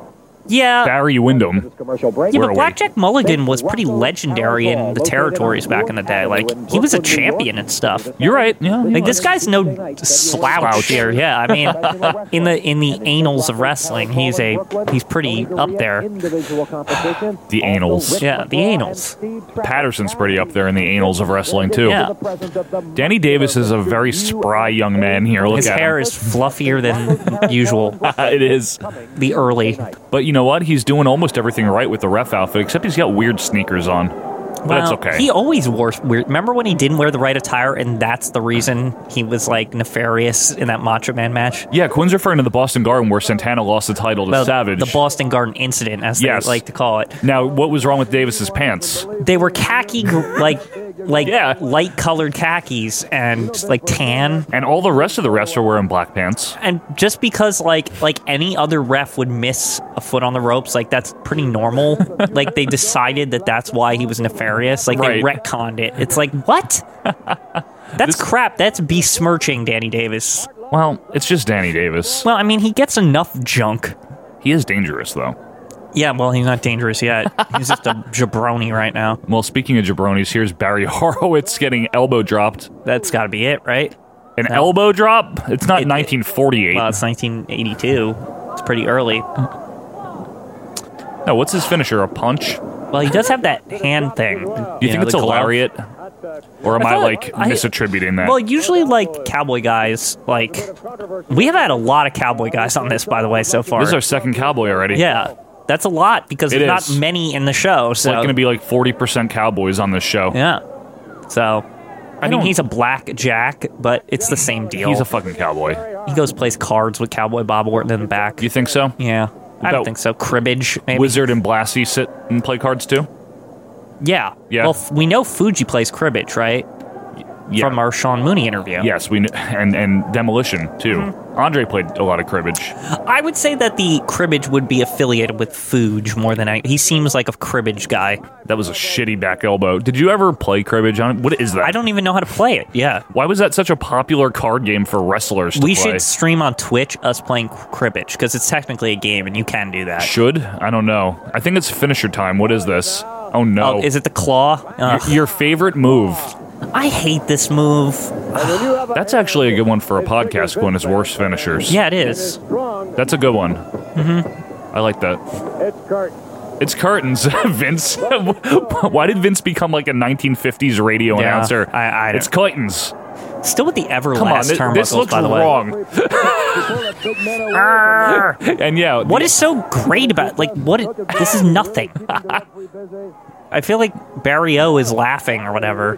Speaker 2: Yeah.
Speaker 1: Barry Wyndham.
Speaker 7: Commercial break.
Speaker 2: yeah,
Speaker 1: where are
Speaker 2: but
Speaker 1: we?
Speaker 2: Blackjack Mulligan was pretty legendary in the territories back in the day. Like he was a champion and stuff.
Speaker 1: You're right. Yeah.
Speaker 2: Like this guy's no slouch here. Yeah, I mean, (laughs) in the in the annals of wrestling, he's a he's pretty up there.
Speaker 7: Individual competition.
Speaker 1: The annals.
Speaker 2: Yeah, the annals.
Speaker 1: Patterson's pretty up there in the annals of wrestling too.
Speaker 2: Yeah,
Speaker 1: Danny Davis is a very spry young man here. Look
Speaker 2: his
Speaker 1: at
Speaker 2: hair
Speaker 1: him.
Speaker 2: is fluffier than usual.
Speaker 1: (laughs) it is.
Speaker 2: The early,
Speaker 1: But you know what? He's doing almost everything right with the ref outfit, except he's got weird sneakers on. But that's
Speaker 2: Well,
Speaker 1: okay.
Speaker 2: He always wore weird. Remember when he didn't wear the right attire, and that's the reason he was like nefarious in that Macho Man match.
Speaker 1: yeah, Quinn's referring to the Boston Garden where Santana lost the title to
Speaker 2: Well,
Speaker 1: Savage.
Speaker 2: the Boston Garden incident, as
Speaker 1: Yes.
Speaker 2: they like to call it.
Speaker 1: now, what was wrong with Davis's pants?
Speaker 2: They were khaki, gr- like like
Speaker 1: Yeah.
Speaker 2: light colored khakis and like tan.
Speaker 1: And all the rest of the refs are wearing black pants.
Speaker 2: And just because like like any other ref would miss a foot on the ropes, like that's pretty normal.
Speaker 1: (laughs)
Speaker 2: like they decided that that's why he was nefarious. Like they
Speaker 1: Right.
Speaker 2: retconned it. It's like what? That's crap. That's besmirching Danny Davis.
Speaker 1: Well, it's just Danny Davis.
Speaker 2: Well, I mean, he gets enough junk.
Speaker 1: He is dangerous, though.
Speaker 2: Yeah, well, he's not dangerous yet.
Speaker 1: (laughs)
Speaker 2: He's just a jabroni right now.
Speaker 1: Well, speaking of jabronis, here's Barry (laughs) Horowitz getting elbow dropped.
Speaker 2: That's got to be it, right?
Speaker 1: An elbow drop? It's not
Speaker 2: It- it-
Speaker 1: 1948.
Speaker 2: Well, it's 1982. It's pretty early.
Speaker 1: no, what's his finisher? A punch?
Speaker 2: Well, he does have that hand thing. You,
Speaker 1: Do you, think
Speaker 2: know,
Speaker 1: it's
Speaker 2: the
Speaker 1: a
Speaker 2: glove.
Speaker 1: lariat?
Speaker 2: (sighs)
Speaker 1: Or am I,
Speaker 2: thought-
Speaker 1: like
Speaker 2: I-
Speaker 1: misattributing that?
Speaker 2: Well, usually, like cowboy guys, like we have had a lot of cowboy guys on this, by the way, so far.
Speaker 1: this is our second cowboy already.
Speaker 2: yeah, that's a lot because
Speaker 1: It
Speaker 2: there's
Speaker 1: is.
Speaker 2: not many in the show.
Speaker 1: It's uh,
Speaker 2: So
Speaker 1: like going to be like 40% cowboys on this show.
Speaker 2: yeah. So I, mean,
Speaker 1: don't-
Speaker 2: he's a black jack, but it's the same deal.
Speaker 1: He's a fucking cowboy.
Speaker 2: He goes plays cards with Cowboy Bob Orton in the back.
Speaker 1: You think so?
Speaker 2: Yeah, I
Speaker 1: About-
Speaker 2: don't think so. Cribbage, maybe.
Speaker 1: Wizard and Blassie sit and play cards too?
Speaker 2: yeah,
Speaker 1: Yeah.
Speaker 2: Well, f- we know Fuji plays cribbage, right?
Speaker 1: Yeah.
Speaker 2: From our Sean Mooney interview.
Speaker 1: Yes, we kn- and and demolition too.
Speaker 2: Mm-hmm.
Speaker 1: Andre played a lot of cribbage.
Speaker 2: I would say that the cribbage would be affiliated with Fuge more than I. He seems like a cribbage guy.
Speaker 1: That was a shitty back elbow. Did you ever play cribbage on? What is that?
Speaker 2: I don't even know how to play it. Yeah.
Speaker 1: Why was that such a popular card game for wrestlers? To
Speaker 2: We
Speaker 1: play?
Speaker 2: should stream on Twitch us playing cribbage because it's technically a game and you can do that.
Speaker 1: Should I don't know. I think it's finisher time. What is this? Oh no!
Speaker 2: Oh, is it the claw? Ugh.
Speaker 1: your, your favorite move?
Speaker 2: I hate this move.
Speaker 1: That's actually a good one for a podcast. Going is worst finishers.
Speaker 2: Yeah, it is.
Speaker 1: that's a good one. Mm-hmm. I like that.
Speaker 6: It's Kurt.
Speaker 1: It's curtains, (laughs) Vince. Why did Vince become like a 1950s radio
Speaker 2: Yeah,
Speaker 1: announcer?
Speaker 2: I- I don't-
Speaker 1: it's curtains.
Speaker 2: Still with the
Speaker 1: Come on,
Speaker 2: everlast
Speaker 1: thi-
Speaker 2: term
Speaker 1: this looks
Speaker 2: whistles, by the way.
Speaker 1: wrong. (laughs)
Speaker 2: Ah.
Speaker 1: and yeah, (laughs)
Speaker 2: What is so great about like what? i- this is nothing. I feel like Barry O is laughing or whatever.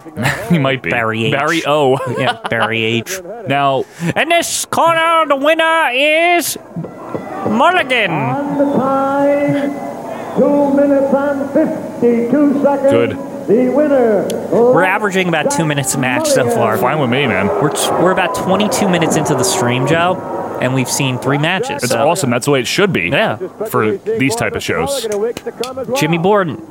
Speaker 1: he might be
Speaker 2: Barry H.
Speaker 1: Barry (laughs) O.
Speaker 2: yeah, Barry H.
Speaker 1: now,
Speaker 2: And this corner, the winner is Mulligan.
Speaker 6: On the time, two minutes and 52 seconds.
Speaker 1: Good.
Speaker 6: The winner.
Speaker 2: We're averaging about two minutes a match so far.
Speaker 1: fine with me, man.
Speaker 2: We're, we're about 22 minutes into the stream, Joe, and we've seen three matches.
Speaker 1: It's
Speaker 2: so-
Speaker 1: awesome. That's the way it should be.
Speaker 2: Yeah.
Speaker 1: for these type of shows.
Speaker 2: Jimmy Borden.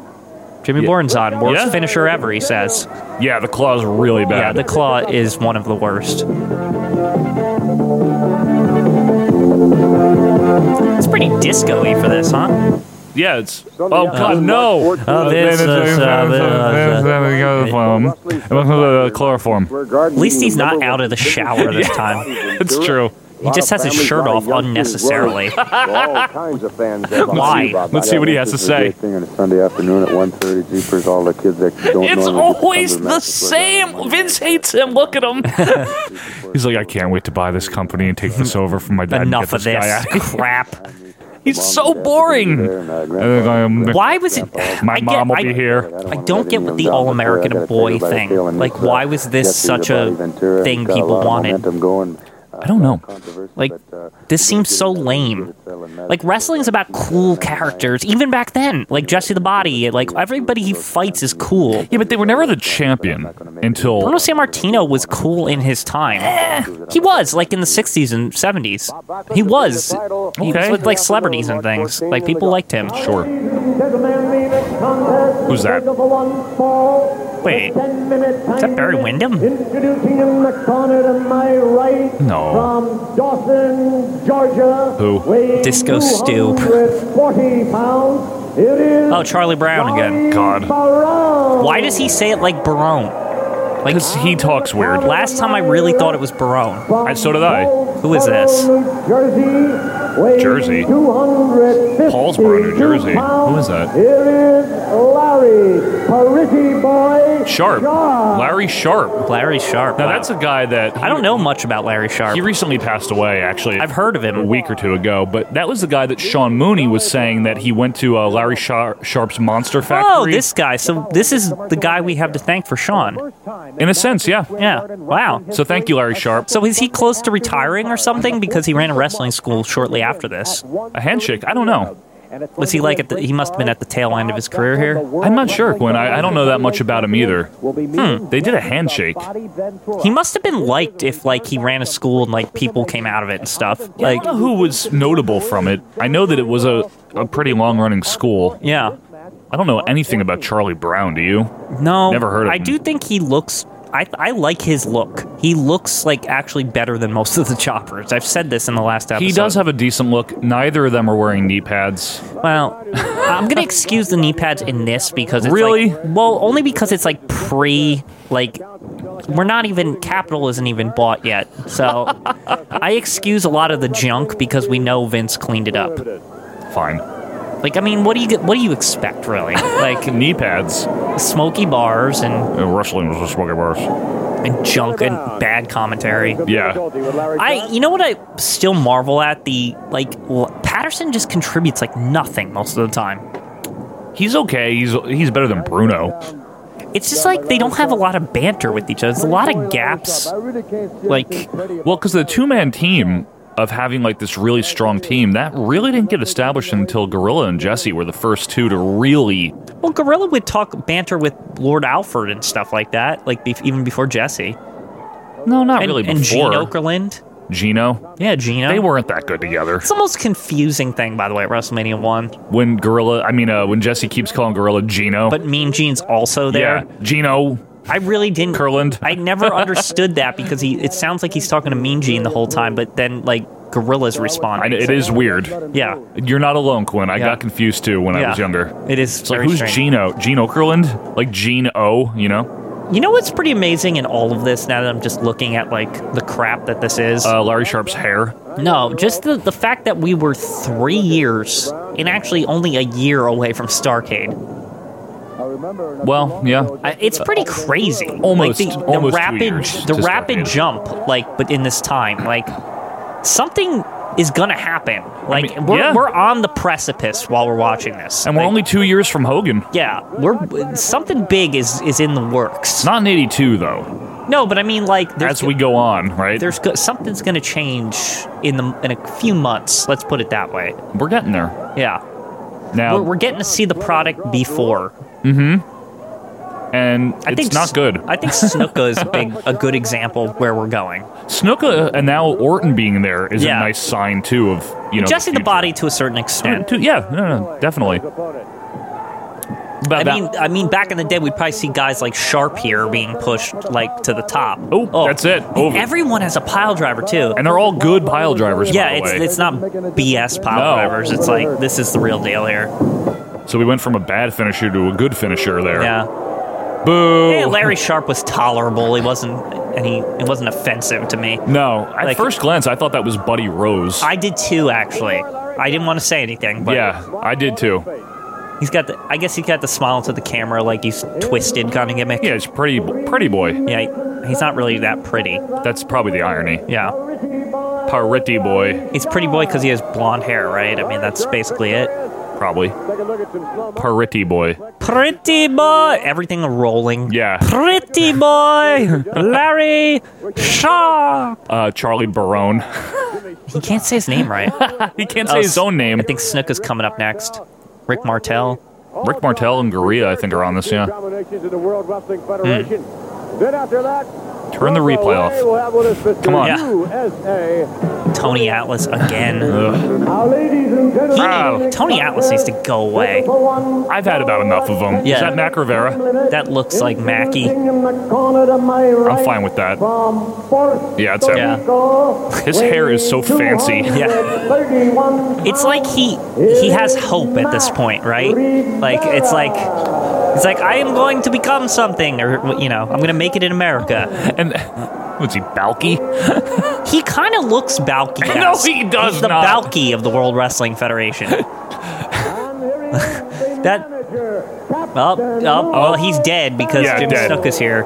Speaker 2: Jimmy
Speaker 1: Yeah.
Speaker 2: Borden's on. Worst
Speaker 1: Yeah.
Speaker 2: finisher ever, he says.
Speaker 1: Yeah, the claw's really
Speaker 2: Yeah,
Speaker 1: bad.
Speaker 2: the claw is one of the worst. It's pretty disco-y for this, huh?
Speaker 1: Yeah, it's. Oh God, no!
Speaker 2: Uh, this is, uh,
Speaker 1: Chloroform.
Speaker 8: At
Speaker 2: At least he's not out of the shower
Speaker 7: (laughs)
Speaker 2: this time.
Speaker 1: It's true.
Speaker 2: He just has his shirt off unnecessarily. (laughs)
Speaker 7: All kinds of fans.
Speaker 2: Why?
Speaker 1: Let's see what he has to say.
Speaker 7: Thing on a Sunday afternoon at 1:30. Jeepers, all the kids that don't
Speaker 1: It's
Speaker 7: normally get to
Speaker 1: always
Speaker 7: come to
Speaker 1: the
Speaker 7: matches where they're
Speaker 1: same. Vince hates him. Look at him. He's like, I can't wait to buy this company and take
Speaker 2: (laughs)
Speaker 1: this over from my dad. and
Speaker 2: Enough
Speaker 1: get
Speaker 2: of this
Speaker 1: guy out." (laughs)
Speaker 2: crap.
Speaker 1: He's so boring.
Speaker 7: there, and, uh,
Speaker 1: I think
Speaker 7: grandpa-
Speaker 1: I am-
Speaker 2: Why
Speaker 1: (laughs)
Speaker 2: was it?
Speaker 1: My
Speaker 2: I get-
Speaker 1: mom will
Speaker 2: I-
Speaker 1: be here.
Speaker 7: I
Speaker 2: I
Speaker 7: wanna
Speaker 2: don't
Speaker 7: let
Speaker 2: get
Speaker 7: anyone
Speaker 2: the
Speaker 7: down
Speaker 2: all
Speaker 7: before I
Speaker 2: American
Speaker 7: gotta
Speaker 2: boy
Speaker 7: figure out
Speaker 2: thing.
Speaker 7: feeling
Speaker 2: Like,
Speaker 7: this, uh,
Speaker 2: why was this
Speaker 7: Jeffrey
Speaker 2: such
Speaker 7: Buddy
Speaker 2: a
Speaker 7: Ventura.
Speaker 2: thing
Speaker 7: Got a
Speaker 2: people
Speaker 7: lot of
Speaker 2: wanted?
Speaker 7: momentum going.
Speaker 1: I don't know.
Speaker 7: Controversy,
Speaker 2: Like,
Speaker 7: but, uh,
Speaker 2: This seems so lame. Like wrestling's about cool characters, even back then. Like Jesse the Body, like everybody he fights is cool.
Speaker 1: Yeah, but they were never the champion
Speaker 2: Bruno
Speaker 1: until.
Speaker 2: Sammartino was cool in his time. He was like in the '60s and '70s. He was. He was
Speaker 1: Okay.
Speaker 2: with like celebrities and things. Like people liked him.
Speaker 1: Sure.
Speaker 6: Gentlemen, the next contest
Speaker 1: Who's that?
Speaker 6: is of a one fall
Speaker 2: Wait,
Speaker 6: Is
Speaker 2: that Barry Windham?
Speaker 6: Introducing him the corner to my right.
Speaker 1: No.
Speaker 6: From Dawson, Georgia.
Speaker 1: Who?
Speaker 6: weighing
Speaker 2: Disco Stew.
Speaker 6: 240 pounds. It is.
Speaker 2: Oh, Charlie Brown again.
Speaker 1: God.
Speaker 6: Brown.
Speaker 2: Why does he say it like Barone? Like
Speaker 1: Because (laughs) he talks weird.
Speaker 2: last time, I really thought it was Barone.
Speaker 1: I, so did I.
Speaker 2: Who is this?
Speaker 6: Jersey. weighing
Speaker 1: Jersey?
Speaker 6: 252
Speaker 1: Paulsboro, New Jersey.
Speaker 6: pounds.
Speaker 1: Who is that?
Speaker 6: Here is Larry Parisi Boy.
Speaker 1: Sharp.
Speaker 6: Sharp.
Speaker 1: Larry Sharp.
Speaker 2: Larry Sharp.
Speaker 1: Now
Speaker 2: wow.
Speaker 1: that's a guy that
Speaker 2: I don't know much about Larry Sharp.
Speaker 1: He recently passed away, actually.
Speaker 2: I've heard of him.
Speaker 1: a week or two ago, but that was the guy that Sean Mooney was saying that he went to uh, Larry Shar- Sharp's Monster Factory.
Speaker 2: Oh, this guy. So this is the guy we have to thank for Sean.
Speaker 1: in a sense, yeah.
Speaker 2: Yeah. Wow.
Speaker 1: So thank you, Larry Sharp.
Speaker 2: So is he close to retiring or something? Because he ran a wrestling school shortly after this.
Speaker 1: a handshake. I don't know.
Speaker 2: Was he like at the? He must have been at the tail end of his career here.
Speaker 1: I'm not sure, Gwen. I, I don't know that much about him either. Hmm, They did a handshake.
Speaker 2: He must have been liked if like he ran a school and like people came out of it and stuff. Like
Speaker 1: I don't know who was notable from it. I know that it was a, a pretty long running school.
Speaker 2: yeah.
Speaker 1: I don't know anything about Charlie Brown, do you?
Speaker 2: No.
Speaker 1: Never heard of
Speaker 2: I
Speaker 1: him.
Speaker 2: do think he looks. I, I like his look. He looks like actually better than most of the (laughs) choppers. I've said this in the last episode.
Speaker 1: He does have a decent look. Neither of them are wearing knee pads.
Speaker 2: Well, I'm gonna excuse the knee pads in this because it's
Speaker 1: Really?
Speaker 2: like- well, only because it's like pre, like we're not even capital isn't even bought yet, so I excuse a lot of the junk because we know Vince cleaned it up.
Speaker 1: Fine.
Speaker 2: Like, I mean, what do you what do you expect really?
Speaker 1: (laughs)
Speaker 2: Like
Speaker 1: Knee pads.
Speaker 2: smoky bars and
Speaker 1: Uh, Wrestling was a smoking bars.
Speaker 2: and junk and bad commentary.
Speaker 1: Yeah.
Speaker 2: I you know what I still marvel at the like l- Patterson just contributes like nothing most of the time.
Speaker 1: He's okay. He's he's better than Bruno.
Speaker 2: It's just like they don't have a lot of banter with each other. There's a lot of gaps. Like,
Speaker 1: Well, because the two man team of having like this really strong team that really didn't get established until Gorilla and Jesse were the first two to really.
Speaker 2: well, Gorilla would talk banter with Lord Alfred and stuff like that, like bef even before Jesse.
Speaker 1: No, not
Speaker 2: And,
Speaker 1: really
Speaker 2: and
Speaker 1: before
Speaker 2: Gene Okerlund.
Speaker 1: Gino.
Speaker 2: Yeah, Gino.
Speaker 1: They weren't that good together.
Speaker 2: It's the most confusing thing, by the way, at WrestleMania 1.
Speaker 1: When Gorilla, I mean, uh, when Jesse keeps calling Gorilla Gino.
Speaker 2: But Mean Gene's also there.
Speaker 1: yeah, Gino
Speaker 2: I really didn't.
Speaker 1: Curland.
Speaker 2: I never understood that because he. it sounds like he's talking to Mean Gene the whole time, but then, like, Gorilla's
Speaker 1: I,
Speaker 2: responding.
Speaker 1: it is weird.
Speaker 2: Yeah.
Speaker 1: You're not alone, Quinn. I
Speaker 2: Yeah.
Speaker 1: got confused too when I was
Speaker 2: Yeah.
Speaker 1: younger.
Speaker 2: It is
Speaker 1: It's
Speaker 2: very
Speaker 1: like who's
Speaker 2: strange.
Speaker 1: Gino? Gene Okerlund? Like Gene O? You know,
Speaker 2: You know what's pretty amazing in all of this now that I'm just looking at, like, the crap that this is?
Speaker 1: uh, Larry Sharp's hair.
Speaker 2: No, just the, the fact that we were three years and actually only a year away from Starcade.
Speaker 1: Well, yeah.
Speaker 2: I- It's pretty crazy.
Speaker 1: Almost-
Speaker 2: like the, the
Speaker 1: almost two
Speaker 2: rapid,
Speaker 1: years
Speaker 2: the
Speaker 1: to
Speaker 2: rapid
Speaker 1: Starcade.
Speaker 2: jump, like, but in this time, like something is gonna happen. Like
Speaker 1: mean,
Speaker 2: we're
Speaker 1: yeah.
Speaker 2: we're on the precipice while we're watching this,
Speaker 1: And we're
Speaker 2: Like,
Speaker 1: only two years from Hogan.
Speaker 2: yeah, we're something big is is in the works.
Speaker 1: Not in '82 though.
Speaker 2: no, but I mean, like there's
Speaker 1: As we go on, right?
Speaker 2: there's go- something's gonna change in the in a few months. Let's put it that way.
Speaker 1: We're getting there.
Speaker 2: Yeah.
Speaker 1: Now,
Speaker 2: we're, we're getting to see the product before.
Speaker 1: and
Speaker 2: I
Speaker 1: it's
Speaker 2: think
Speaker 1: not
Speaker 2: s-
Speaker 1: good.
Speaker 2: I think Snuka is a big, a good example of where we're going.
Speaker 1: Snuka and now Orton being there is
Speaker 2: Yeah.
Speaker 1: a nice sign too of you know
Speaker 2: Jesse the
Speaker 1: future.
Speaker 2: body to a
Speaker 1: I
Speaker 2: certain
Speaker 1: mean,
Speaker 2: extent.
Speaker 1: too- yeah, no, no, definitely. About
Speaker 2: I
Speaker 1: that-
Speaker 2: mean, uh, I mean, back in the day, we'd probably see guys like Sharp here being pushed like to the top.
Speaker 1: Oh, that's it. Over.
Speaker 2: Everyone has a pile driver too.
Speaker 1: and they're all good pile drivers. by
Speaker 2: yeah,
Speaker 1: the
Speaker 2: it's
Speaker 1: way.
Speaker 2: it's not BS
Speaker 1: No.
Speaker 2: pile drivers. It's like this is the real deal here.
Speaker 1: so we went from a bad finisher to a good finisher there.
Speaker 2: Yeah.
Speaker 1: Boo.
Speaker 2: Hey, Larry Sharp was tolerable. He wasn't any. It wasn't offensive to me.
Speaker 1: No, at
Speaker 2: Like-
Speaker 1: first glance, I thought that was Buddy Rose.
Speaker 2: I did too, actually. I didn't want to say anything, but
Speaker 1: yeah, I did too.
Speaker 2: He's got the. I guess he got the smile to the camera, like he's twisted kind of gimmick.
Speaker 1: Yeah, it's pretty, pretty boy.
Speaker 2: Yeah, he's not really that pretty.
Speaker 1: That's probably the irony.
Speaker 2: Yeah,
Speaker 1: Parity boy,
Speaker 2: he's pretty boy because he has blonde hair, right? I mean, that's basically it.
Speaker 1: probably. Parity boy.
Speaker 2: Pretty boy, everything rolling.
Speaker 1: Yeah.
Speaker 2: Pretty boy, Larry Sharp.
Speaker 1: Uh, Charlie Barone.
Speaker 2: He can't say his name right.
Speaker 1: (laughs)
Speaker 2: Oh,
Speaker 1: he can't say his own name.
Speaker 2: Uh, I think Snook is coming up next. Rick Martel.
Speaker 1: Rick
Speaker 2: Hmm.
Speaker 1: Martel and Gorilla, I think, are on this. Yeah.
Speaker 8: Dominations in the World Wrestling Federation. Then after that,
Speaker 1: Turn the replay off. Come on.
Speaker 2: Yeah. Tony Atlas again.
Speaker 1: Ugh. Ah.
Speaker 2: Tony Atlas needs to go away.
Speaker 1: I've had about enough of them. Is
Speaker 2: Yeah.
Speaker 1: that Mac Rivera?
Speaker 2: That looks like Mackey.
Speaker 1: I'm fine with that. Yeah, it's him.
Speaker 2: Yeah.
Speaker 1: His hair is so fancy. (laughs)
Speaker 6: Yeah.
Speaker 2: It's like he he has hope at this point, right? Like it's like it's like I am going to become something, or you know, I'm gonna make it in America.
Speaker 1: And what's he, Balky?
Speaker 2: He kind of looks balky.
Speaker 1: No, he does
Speaker 2: He's the
Speaker 1: not.
Speaker 2: balky of the World Wrestling Federation. that oh, oh, well, he's dead because
Speaker 1: Yeah,
Speaker 2: Jim
Speaker 1: dead.
Speaker 2: Snook is here.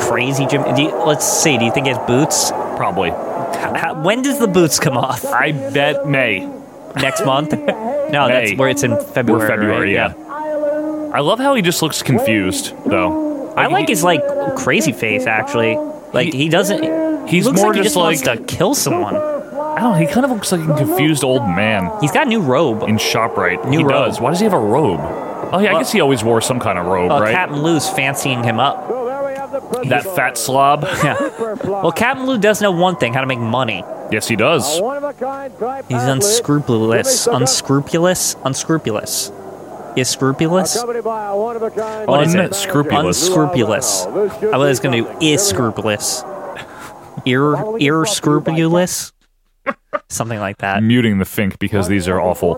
Speaker 2: Crazy Jim. Do you, let's see. Do you think he has boots?
Speaker 1: Probably.
Speaker 2: How, when does the boots come off?
Speaker 1: I bet May.
Speaker 2: Next month? (laughs) No, that's
Speaker 1: May.
Speaker 2: where it's in February.
Speaker 1: Or February,
Speaker 2: right?
Speaker 1: yeah. I love how he just looks confused, though.
Speaker 2: I like his like crazy face actually. Like he, doesn't.
Speaker 1: he's
Speaker 2: looks
Speaker 1: more
Speaker 2: like he
Speaker 1: just
Speaker 2: just wants
Speaker 1: like-
Speaker 2: to kill someone.
Speaker 1: I don't know, he kind of looks like a confused old man
Speaker 2: He's got a new robe.
Speaker 1: in ShopRite.
Speaker 2: New
Speaker 1: he
Speaker 2: robe.
Speaker 1: does. Why does he have a robe? Oh, yeah, I
Speaker 2: Well-
Speaker 1: guess he always wore some kind of robe,
Speaker 2: Well,
Speaker 1: right?
Speaker 2: Uh, Captain Lou's fancying him up.
Speaker 1: that fat slob.
Speaker 2: (laughs) Yeah. Well, Captain Lou does know one thing: how to make money.
Speaker 1: yes, he does.
Speaker 2: He's unscrupulous. Unscrupulous. Unscrupulous. Is scrupulous? What is it?
Speaker 1: Unscrupulous.
Speaker 2: Unscrupulous. I was gonna do is scrupulous. Ear ear scrupulous. Something like that.
Speaker 1: I'm muting the fink because these are awful.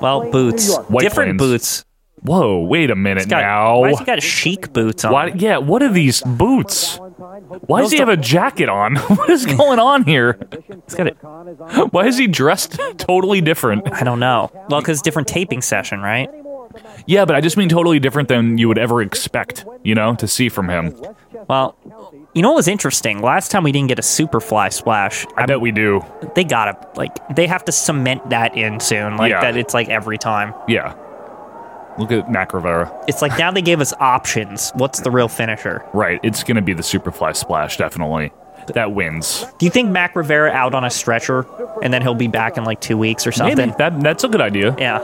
Speaker 2: Well, boots.
Speaker 1: White
Speaker 2: Different
Speaker 1: Plains.
Speaker 2: boots.
Speaker 1: Whoa, wait a minute
Speaker 2: He's got,
Speaker 1: now.
Speaker 2: Why has he got chic boots on?
Speaker 1: Why? Yeah. What are these boots? Why does
Speaker 2: Those
Speaker 1: he have a jacket on? (laughs) what is going on here?
Speaker 2: He's got a-
Speaker 1: Why is he dressed (laughs) totally different?
Speaker 2: I don't know. Well, because different taping session, right?
Speaker 1: Yeah, but I just mean totally different than you would ever expect. You know, to see from him.
Speaker 2: Well, you know what was interesting? Last time we didn't get a Superfly splash.
Speaker 1: I bet we do.
Speaker 2: They gotta like they have to cement that in soon. Like
Speaker 1: Yeah.
Speaker 2: that, it's like every time.
Speaker 1: Yeah. Look at Mac Rivera.
Speaker 2: It's like now they gave us options. What's the real finisher?
Speaker 1: Right. It's gonna be the Superfly Splash definitely. That wins.
Speaker 2: Do you think Mac Rivera out on a stretcher and then he'll be back in like two weeks or something?
Speaker 1: Maybe that, that's a good idea.
Speaker 2: Yeah.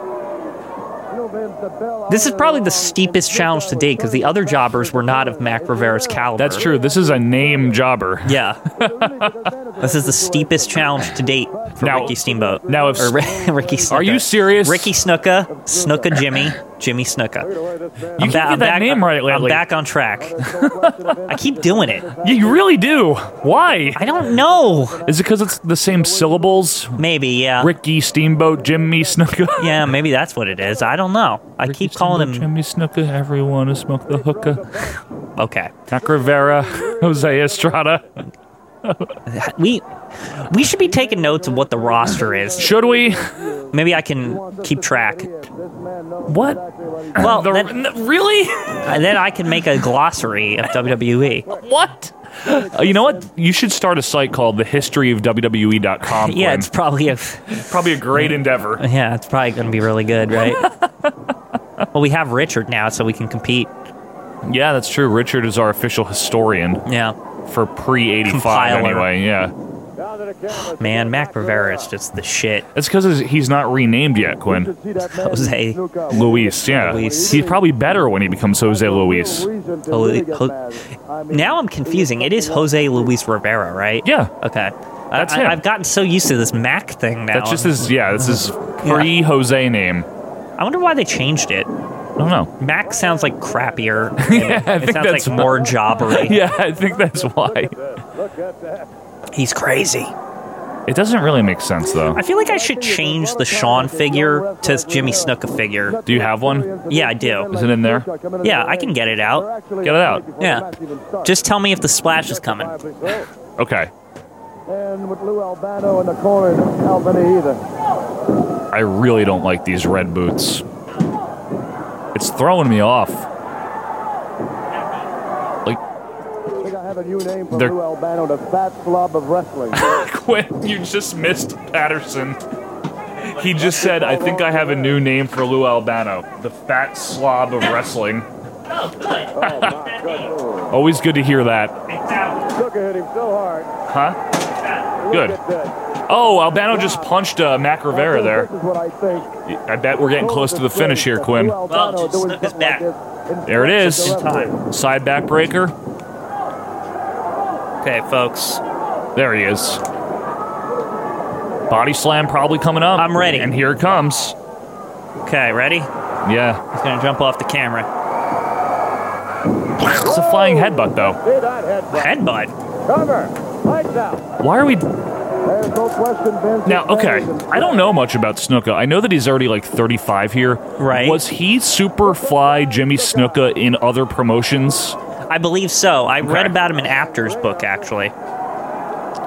Speaker 2: This is probably the steepest challenge to date because the other jobbers were not of Mac Rivera's caliber.
Speaker 1: That's true. This is a name
Speaker 2: (laughs)
Speaker 1: jobber.
Speaker 2: Yeah. this is the steepest challenge to date for
Speaker 1: Now-
Speaker 2: Ricky Steamboat.
Speaker 1: now if-
Speaker 2: or, Ri- (laughs) Ricky Snuka.
Speaker 1: Are you serious?
Speaker 2: Ricky Snuka, Snuka Jimmy, Jimmy Snuka.
Speaker 1: You
Speaker 2: I'm
Speaker 1: keep getting
Speaker 2: I'm
Speaker 1: that name right lately.
Speaker 2: I'm back on track. I keep doing it.
Speaker 1: Yeah, you really do. Why?
Speaker 2: I don't know.
Speaker 1: Is it because it's the same syllables?
Speaker 2: Maybe, yeah.
Speaker 1: Ricky Steamboat, Jimmy Snooker.
Speaker 2: Yeah, maybe that's what it is. I don't know. I keep calling him.
Speaker 1: Jimmy Snooker. Everyone who smoked the hookah.
Speaker 2: Okay.
Speaker 1: Mac Rivera, Jose Estrada.
Speaker 2: We we should be taking notes of what the roster is.
Speaker 1: Should we?
Speaker 2: Maybe I can keep track.
Speaker 1: What?
Speaker 2: Well,
Speaker 1: The-
Speaker 2: then,
Speaker 1: n- really?
Speaker 2: then I can make a glossary of E. WWE.
Speaker 1: What? Uh, you know what? You should start a site called the history of WWE.com.
Speaker 2: (laughs) Yeah,
Speaker 1: Glenn.
Speaker 2: it's probably a
Speaker 1: probably a great endeavor.
Speaker 2: (laughs) Yeah, it's probably going to be really good, right? well, we have Richard now, so we can compete.
Speaker 1: (laughs) Yeah, that's true. Richard is our official historian
Speaker 2: Yeah.
Speaker 1: for pre 85
Speaker 2: Compiler.
Speaker 1: anyway. Yeah.
Speaker 2: Ah, Man, Mac Rivera is just the shit.
Speaker 1: That's because he's not renamed yet, Quinn.
Speaker 2: Jose.
Speaker 1: Luis, yeah.
Speaker 2: Luis.
Speaker 1: He's probably better when he becomes Jose Luis.
Speaker 2: Jose- Ho- now I'm confusing. It is Jose Luis Rivera, right?
Speaker 1: Yeah.
Speaker 2: Okay.
Speaker 1: That's
Speaker 2: I,
Speaker 1: him.
Speaker 2: I, have gotten so used to this Mac thing now.
Speaker 1: That's just his, yeah, that's his pre Jose name.
Speaker 2: I wonder why they changed it.
Speaker 1: I don't know.
Speaker 2: Mac sounds like crappier.
Speaker 1: (laughs) Yeah, I
Speaker 2: it
Speaker 1: think
Speaker 2: sounds
Speaker 1: that's
Speaker 2: like more jobbery.
Speaker 1: (laughs) Yeah, I think that's why.
Speaker 2: He's crazy.
Speaker 1: It doesn't really make sense, though.
Speaker 2: I feel like I should change the Sean figure to Jimmy Snuka figure.
Speaker 1: Do you have one?
Speaker 2: Yeah, I do.
Speaker 1: Is it in there?
Speaker 2: Yeah, I can get it out.
Speaker 1: Get it out.
Speaker 2: Yeah. Just tell me if the splash is coming.
Speaker 1: Okay.
Speaker 5: And with Lou Albano in the corner, no Albany either.
Speaker 1: I really don't like these red boots. It's throwing me off. (laughs) Like,
Speaker 5: I think I have a new name for
Speaker 1: They're-
Speaker 5: Lou Albano, the fat slob of wrestling.
Speaker 1: Quinn, you just missed Patterson. He just said, I think I have a new name for Lou Albano, the fat slob of wrestling. Always good to hear that.
Speaker 5: Snooker hit him so hard.
Speaker 1: Huh? Good.
Speaker 5: That.
Speaker 1: Oh, Albano just punched uh, Mac Rivera there.
Speaker 5: This is what I think.
Speaker 1: I bet we're getting close to the finish here, Quinn.
Speaker 2: Well, it's- it's back.
Speaker 1: There it is.
Speaker 2: time.
Speaker 1: Side back breaker.
Speaker 2: Okay, folks.
Speaker 1: There he is. Body slam probably coming up.
Speaker 2: I'm ready.
Speaker 1: And here it comes.
Speaker 2: Okay, ready? He's
Speaker 1: Yeah.
Speaker 2: gonna jump off the camera.
Speaker 1: It's a flying headbutt, though.
Speaker 6: See that headbutt.
Speaker 2: Headbutt.
Speaker 6: Cover. Lights out.
Speaker 1: Why are we.
Speaker 6: There's no question, Vince.
Speaker 1: Now, okay. I don't know much about Snuka. I know that he's already like 35 here.
Speaker 2: Right.
Speaker 1: Was he Superfly Jimmy Snuka in other promotions?
Speaker 2: I believe so. I read
Speaker 1: Okay.
Speaker 2: about him in Apter's book, actually.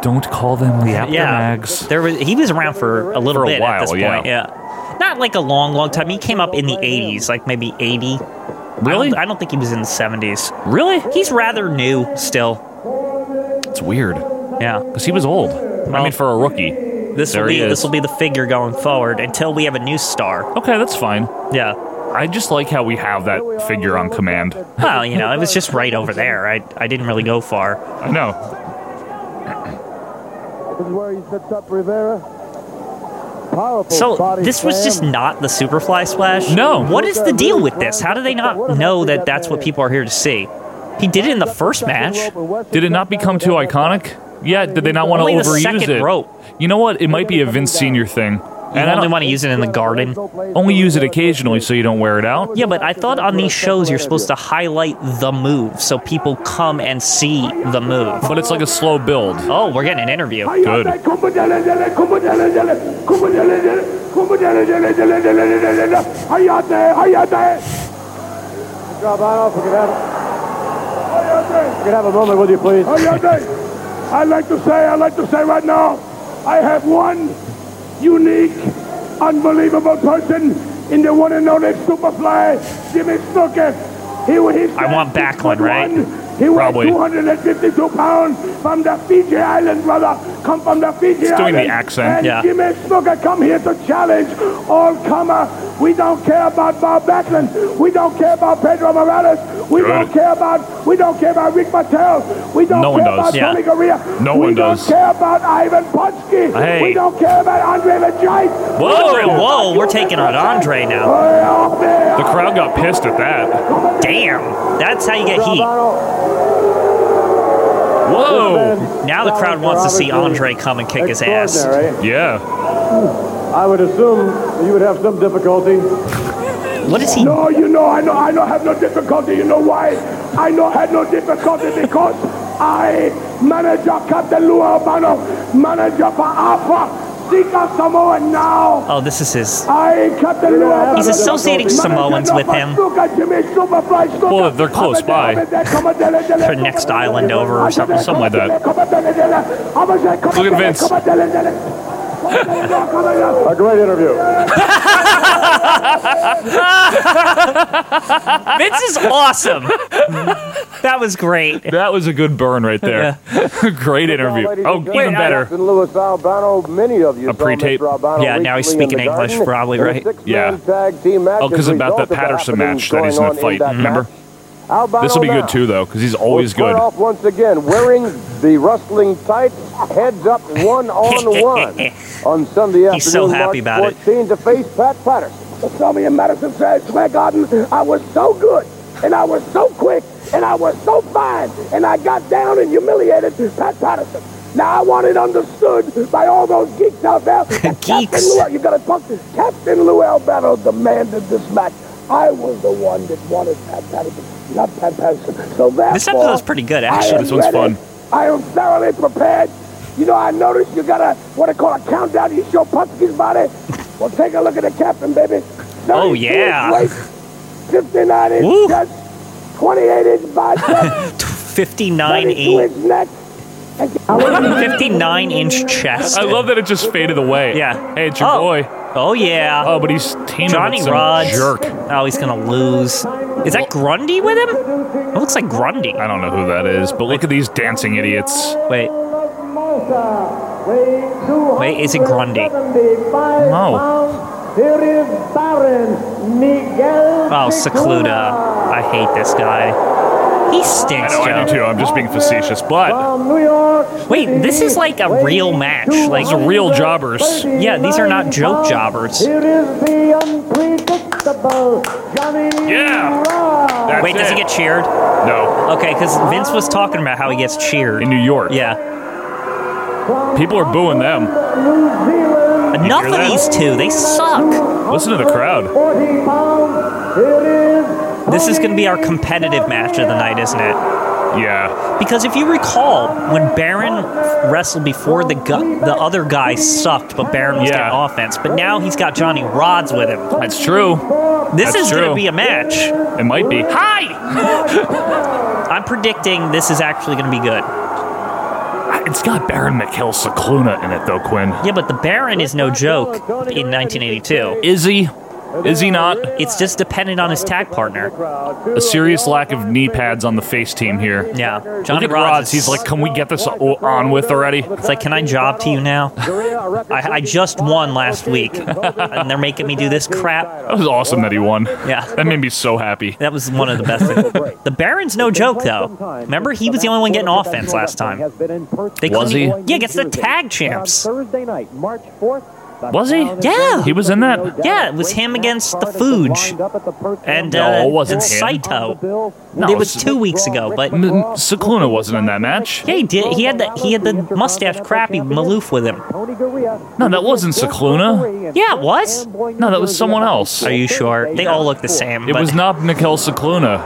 Speaker 1: Don't call them the Aftermags.
Speaker 2: Yeah, there was. He was around for a little
Speaker 1: For a
Speaker 2: bit
Speaker 1: while,
Speaker 2: at this
Speaker 1: yeah.
Speaker 2: point. Yeah, not like a long, long time. He came up in the '80s, like maybe '80. I
Speaker 1: Really?
Speaker 2: don't, I don't think he was in the '70s.
Speaker 1: Really?
Speaker 2: He's rather new still.
Speaker 1: It's weird.
Speaker 2: Yeah,
Speaker 1: Because he was old. I
Speaker 2: Well-
Speaker 1: mean, for a rookie.
Speaker 2: this
Speaker 1: There
Speaker 2: will
Speaker 1: he
Speaker 2: be
Speaker 1: is.
Speaker 2: this will be the figure going forward until we have a new star.
Speaker 1: Okay, that's fine.
Speaker 2: Yeah.
Speaker 1: I just like how we have that figure on command.
Speaker 2: Well, you know, it was just right over there. I I didn't really go far.
Speaker 1: I know.
Speaker 5: This is where he sets up Rivera. Powerful
Speaker 2: So
Speaker 5: body
Speaker 2: this was
Speaker 5: slam.
Speaker 2: just not the Superfly Splash.
Speaker 1: No.
Speaker 2: What is the deal with this? How do they not know that that's what people are here to see? He did it in the first match.
Speaker 1: Did it not become too iconic? Yeah, did they not want to
Speaker 2: Only the
Speaker 1: overuse
Speaker 2: second
Speaker 1: it?
Speaker 2: rope.
Speaker 1: You know what? It might be a Vince Senior thing. And
Speaker 2: You
Speaker 1: I
Speaker 2: only
Speaker 1: don't-
Speaker 2: want to use it in the garden.
Speaker 1: only use it occasionally so you don't wear it out.
Speaker 2: Yeah, but I thought on these shows you're supposed to highlight the move so people come and see the move.
Speaker 1: But it's like a slow build.
Speaker 2: Oh, we're getting an interview.
Speaker 1: Good.
Speaker 5: Drop off. We could have, we could have a moment with you, please.
Speaker 8: Oh, I'd like to say, I'd like to say right now, I have one unique, unbelievable person in the one and only Superfly, Jimmy Snooker. He, he's
Speaker 2: I want Backlund, right?
Speaker 8: He
Speaker 1: Probably.
Speaker 8: weighs 252 pounds from the Fiji Islands, brother. Come from the Fiji
Speaker 1: He's doing the
Speaker 8: Islands.
Speaker 1: accent.
Speaker 8: And
Speaker 2: Yeah.
Speaker 8: Jimmy Snooker come here to challenge all comer. We don't care about Bob Backlund. We don't care about Pedro Morales. We
Speaker 1: Good.
Speaker 8: don't care about we don't care about Rick Martel. We don't
Speaker 1: No one
Speaker 8: care
Speaker 1: does.
Speaker 8: about
Speaker 2: Yeah.
Speaker 8: Tony Garea.
Speaker 1: No
Speaker 8: we
Speaker 1: one
Speaker 8: don't
Speaker 1: does.
Speaker 8: care about Ivan Ponsky.
Speaker 1: Hey.
Speaker 8: We don't care about Andre the Giant.
Speaker 2: Whoa, Oh, whoa, we're taking on Andre now.
Speaker 1: The crowd got pissed at that.
Speaker 2: Damn, that's how you get heat.
Speaker 5: Bravado.
Speaker 1: Whoa.
Speaker 2: Now the crowd wants to see Andre come and kick his ass.
Speaker 5: Extraordinary.
Speaker 1: Yeah.
Speaker 5: I would assume that you would have some difficulty.
Speaker 2: What is he?
Speaker 8: No, Oh, you know, I know, I know, have no difficulty. You know why? I know, had no difficulty because I manager Captain Lou Albano, manager for Alpha, Sika Samoa now.
Speaker 2: Oh, this is his.
Speaker 8: I Captain Lou Albano.
Speaker 2: He's associating Samoans with him.
Speaker 1: Well, they're close by.
Speaker 8: For
Speaker 2: next island over or something.
Speaker 1: Something like that.
Speaker 8: Look
Speaker 1: at
Speaker 2: (laughs)
Speaker 1: Vince.
Speaker 5: A great interview.
Speaker 2: Vince is awesome. (laughs) That was great.
Speaker 1: That was a good burn right there. (laughs) Great interview. Oh, even better.
Speaker 7: Captain Louis Albano, many of you
Speaker 1: A
Speaker 7: saw
Speaker 1: pre-tape.
Speaker 7: Mr. Albano
Speaker 2: Yeah, now he's
Speaker 7: recently in
Speaker 2: speaking
Speaker 7: the
Speaker 2: English,
Speaker 7: garden.
Speaker 2: probably,
Speaker 7: In a
Speaker 2: right?
Speaker 7: six-man
Speaker 1: Yeah.
Speaker 7: tag team match
Speaker 1: Oh, 'cause
Speaker 7: as a
Speaker 1: about
Speaker 7: result
Speaker 1: that
Speaker 7: of the
Speaker 1: Patterson
Speaker 7: happenings
Speaker 1: match that he's gonna
Speaker 7: going on in
Speaker 1: fight,
Speaker 7: that
Speaker 1: remember?
Speaker 7: match. Albano
Speaker 1: This will be
Speaker 7: now
Speaker 1: good too, though, because he's always
Speaker 7: will
Speaker 1: good.
Speaker 7: start off once again wearing the rustling tights, heads up one on
Speaker 2: (laughs)
Speaker 7: one on Sunday afternoon.
Speaker 2: He's so happy
Speaker 7: March
Speaker 2: about it.
Speaker 7: 14 to face Pat Patterson.
Speaker 8: saw me in Madison Square Garden. I was so good, and I was so quick, and I was so fine, and I got down and humiliated Pat Patterson. Now I want it understood by all those geeks out there. that Captain
Speaker 2: (laughs) Geeks.
Speaker 8: Lou, you gotta talk to Captain Lou Albano demanded this match. I was the one that wanted Pat Patterson, not Pat Patterson. So therefore,
Speaker 2: This episode's pretty good,
Speaker 8: I
Speaker 2: actually.
Speaker 8: am
Speaker 1: This one's
Speaker 8: ready.
Speaker 1: fun.
Speaker 8: I am thoroughly prepared. You know, I noticed you got a what I call a countdown. You show Pumpkin's body. Well, take a look at the captain, baby.
Speaker 2: Oh,
Speaker 8: 32 inch
Speaker 2: yeah.
Speaker 8: waist, 59
Speaker 2: Woo.
Speaker 8: inch chest, 28
Speaker 2: (laughs)
Speaker 8: inch bicep,
Speaker 2: 59
Speaker 8: 32
Speaker 2: 8.
Speaker 8: inch neck. And I was
Speaker 2: 59 inch chest.
Speaker 1: I love that it just faded away.
Speaker 2: Yeah.
Speaker 1: Hey, it's your
Speaker 2: Oh.
Speaker 1: boy.
Speaker 2: Oh, yeah.
Speaker 1: Oh, but he's teaming
Speaker 2: Johnny
Speaker 1: with some
Speaker 2: Rods.
Speaker 1: jerk.
Speaker 2: Oh, he's gonna lose. Is that Grundy with him? It looks like Grundy.
Speaker 1: I don't know who that is, but look at these dancing idiots.
Speaker 2: Wait, Oh,
Speaker 6: Wait,
Speaker 2: is it Grundy?
Speaker 1: No.
Speaker 6: Pounds. Here is Baron Miguel
Speaker 2: oh Secluda. I hate this guy. He stinks,
Speaker 1: No, I
Speaker 2: Joe.
Speaker 1: do too. I'm just being facetious, but
Speaker 6: From New York.
Speaker 2: Wait, this is like a real match. Like
Speaker 1: these are real jobbers.
Speaker 2: Yeah, these are not joke jobbers.
Speaker 6: Here is the unpredictable Johnny
Speaker 1: Yeah. That's
Speaker 2: Wait, does he
Speaker 1: it.
Speaker 2: get cheered?
Speaker 1: No,
Speaker 2: Okay, because Vince was talking about how he gets cheered.
Speaker 1: in New York.
Speaker 2: Yeah,
Speaker 1: People are booing them.
Speaker 2: enough
Speaker 1: hear
Speaker 2: of
Speaker 1: that?
Speaker 2: these two. They suck.
Speaker 1: Listen to the crowd.
Speaker 6: 40 pounds. Here is
Speaker 2: This is going to be our competitive match of the night, isn't it?
Speaker 1: Yeah.
Speaker 2: Because if you recall, when Baron wrestled before, the gu- the other guy sucked, but Baron was
Speaker 1: Yeah.
Speaker 2: getting offense. But now he's got Johnny Rods with him.
Speaker 1: That's true.
Speaker 2: This
Speaker 1: That's
Speaker 2: is going
Speaker 1: true.
Speaker 2: to be a match.
Speaker 1: It might be. Hi!
Speaker 2: I'm predicting this is actually going to be good.
Speaker 1: It's got Baron McHale Cicluna in it, though, Quinn.
Speaker 2: Yeah, but the Baron is no joke in 1982.
Speaker 1: Is he? Is he not?
Speaker 2: It's just dependent on his tag partner.
Speaker 1: A serious lack of knee pads on the face team here.
Speaker 2: Yeah,
Speaker 1: Look
Speaker 2: Johnny
Speaker 1: at Rods.
Speaker 2: is-
Speaker 1: He's like, can we get this o- on with already?
Speaker 2: It's like, can I job to you now? I, I just won last week, and they're making me do this crap.
Speaker 1: That was awesome that he won.
Speaker 2: Yeah,
Speaker 1: (laughs) That made me so happy.
Speaker 2: that was one of the best things. The Baron's no joke, though. Remember, he was the only one getting offense last time. They
Speaker 1: Was he?
Speaker 2: couldn't- Yeah, against the tag champs.
Speaker 9: Thursday night, March 4th.
Speaker 1: Was he?
Speaker 2: Yeah.
Speaker 1: He was in that?
Speaker 2: Yeah, it was him against the Fuge. And,
Speaker 1: No,
Speaker 2: uh,
Speaker 1: it wasn't
Speaker 2: and
Speaker 1: him.
Speaker 3: Oh,
Speaker 2: Saito.
Speaker 1: No,
Speaker 2: it was
Speaker 1: it's-
Speaker 2: two weeks ago, but
Speaker 1: M- Cicluna wasn't in that match.
Speaker 2: yeah, he did. He had the he had the mustache crappy Maloof with him.
Speaker 1: No, that wasn't Cicluna.
Speaker 2: Yeah, it was.
Speaker 1: No, that was someone else.
Speaker 2: Are you sure? They all look the same.
Speaker 1: It
Speaker 2: but
Speaker 1: was not Nicole Cicluna.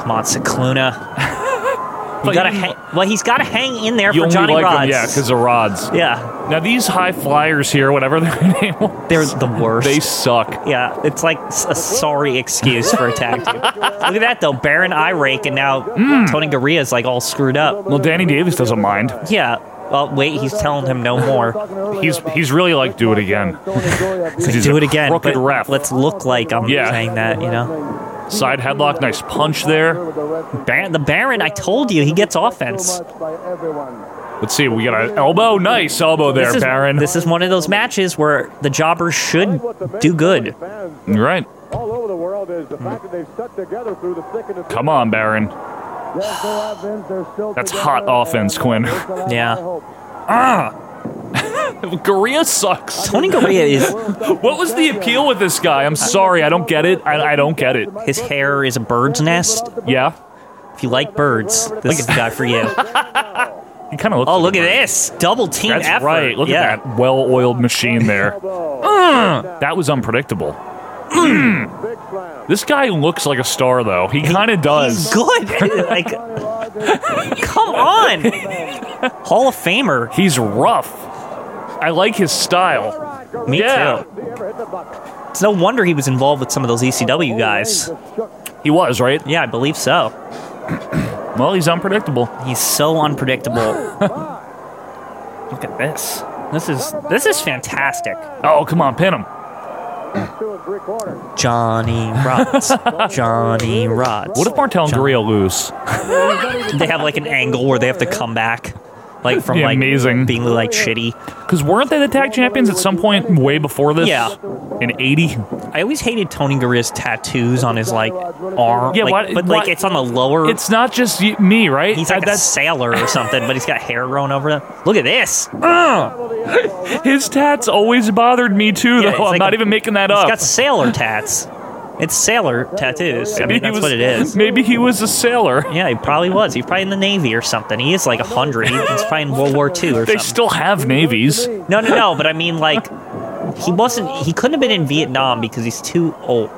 Speaker 2: Come on, Cicluna. you
Speaker 1: But
Speaker 2: gotta
Speaker 1: you-
Speaker 2: hang. Well, he's gotta hang in there
Speaker 1: You
Speaker 2: for
Speaker 1: only
Speaker 2: Johnny
Speaker 1: like
Speaker 2: Rods.
Speaker 1: them, yeah, because of Rods.
Speaker 2: Yeah,
Speaker 1: Now these high flyers here, whatever (laughs) their name was,
Speaker 2: they're the worst.
Speaker 1: they suck.
Speaker 2: yeah, it's like s- a sorry excuse for
Speaker 1: (laughs)
Speaker 2: a tag team. Look at that though, Baron eye rake, and now Tony Gurria's like all screwed up.
Speaker 1: Hmm. Well, Danny Davis doesn't mind.
Speaker 2: Yeah. Well, wait, he's telling him no more.
Speaker 1: He's he's really like do it again. (laughs)
Speaker 2: It's like,
Speaker 1: He's
Speaker 2: do
Speaker 1: a
Speaker 2: it again.
Speaker 1: crooked
Speaker 2: but
Speaker 1: ref.
Speaker 2: Let's look like I'm
Speaker 1: Yeah.
Speaker 2: saying that, you know.
Speaker 1: Side headlock, nice punch there.
Speaker 2: Baron, the Baron, I told you, he gets offense.
Speaker 1: Let's see, we got an elbow, nice elbow there,
Speaker 2: this is,
Speaker 1: Baron.
Speaker 2: This is one of those matches where the jobbers should do good.
Speaker 1: You're right.
Speaker 9: All over the world is the fact that they've stuck together through the thick and the
Speaker 1: Come on, Baron. (laughs) That's hot offense, Quinn. (laughs)
Speaker 2: Yeah.
Speaker 1: Gurria sucks.
Speaker 2: Tony Gurria is
Speaker 1: What was the appeal with this guy? I'm sorry, I don't get it. I, I don't get it.
Speaker 2: his hair is a bird's nest.
Speaker 1: Yeah,
Speaker 2: If you like birds, this is the guy
Speaker 1: (laughs)
Speaker 2: for you.
Speaker 1: he kind of looks.
Speaker 2: Oh,
Speaker 1: like
Speaker 2: look
Speaker 1: a
Speaker 2: at
Speaker 1: bird.
Speaker 2: this double team
Speaker 1: That's
Speaker 2: effort.
Speaker 1: right. Look
Speaker 2: yeah.
Speaker 1: at that well-oiled machine there. Mm, that was unpredictable. Mm. this guy looks like a star, though. He kind of does. (laughs)
Speaker 2: He's good. like, come on, Hall of Famer.
Speaker 1: He's rough. I like his style.
Speaker 2: Me
Speaker 1: Yeah.
Speaker 2: too. It's no wonder he was involved with some of those ECW guys.
Speaker 1: He was right.
Speaker 2: Yeah, I believe so.
Speaker 1: Well, he's unpredictable.
Speaker 2: He's so unpredictable. look at this. This is this is fantastic.
Speaker 1: Oh, come on, pin him.
Speaker 2: Johnny Rods. (laughs) Johnny Rods.
Speaker 1: What if Martel and Gurria lose?
Speaker 2: they have like an angle where they have to come back, like from like
Speaker 1: Amazing.
Speaker 2: being like shitty.
Speaker 1: Because weren't they the tag champions at some point way before this?
Speaker 2: Yeah.
Speaker 1: In '80.
Speaker 2: I always hated Tony Gurria's tattoos on his like arm.
Speaker 1: Yeah,
Speaker 2: like,
Speaker 1: why-
Speaker 2: but
Speaker 1: why-
Speaker 2: like it's on the lower.
Speaker 1: It's uh, not just y- me, right?
Speaker 2: he's like
Speaker 1: That-
Speaker 2: a sailor or something, but he's got hair growing over it. Look at this. He's
Speaker 1: his tats always bothered me too,
Speaker 2: Yeah,
Speaker 1: though.
Speaker 2: it's
Speaker 1: I'm
Speaker 2: like
Speaker 1: not
Speaker 2: a-
Speaker 1: even making that up.
Speaker 2: got sailor tats. It's sailor tattoos. I mean,
Speaker 1: Maybe
Speaker 2: that's
Speaker 1: he
Speaker 2: what it
Speaker 1: was-
Speaker 2: is.
Speaker 1: Maybe he was a sailor.
Speaker 2: Yeah, he probably was. He's probably in the Navy or something. He is like a hundred. He's probably in World War
Speaker 1: (laughs)
Speaker 2: II or
Speaker 1: They
Speaker 2: something.
Speaker 1: still have navies.
Speaker 2: No, no, no. But I mean, like, he wasn't. He couldn't have been in Vietnam because he's too old.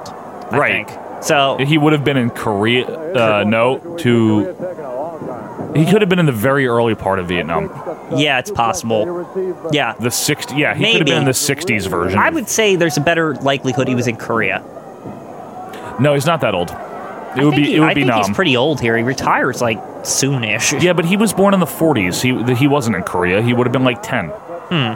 Speaker 2: I
Speaker 1: Right.
Speaker 2: think. So
Speaker 1: He would have been in Korea. Uh, no, to. He could have been in the very early part of Vietnam.
Speaker 2: yeah, it's possible. Yeah,
Speaker 1: The 60s. Yeah, he could have been in
Speaker 2: Maybe.
Speaker 1: the 60s version.
Speaker 2: I would say there's a better likelihood he was in Korea.
Speaker 1: No, he's not that old. It
Speaker 2: I
Speaker 1: would
Speaker 2: think
Speaker 1: be.
Speaker 2: he-
Speaker 1: It
Speaker 2: I
Speaker 1: would be
Speaker 2: think he's
Speaker 1: numb.
Speaker 2: pretty old here. He retires like soonish.
Speaker 1: Yeah, but he was born in the 40s. He th- he wasn't in Korea. He would have been like 10. Hmm.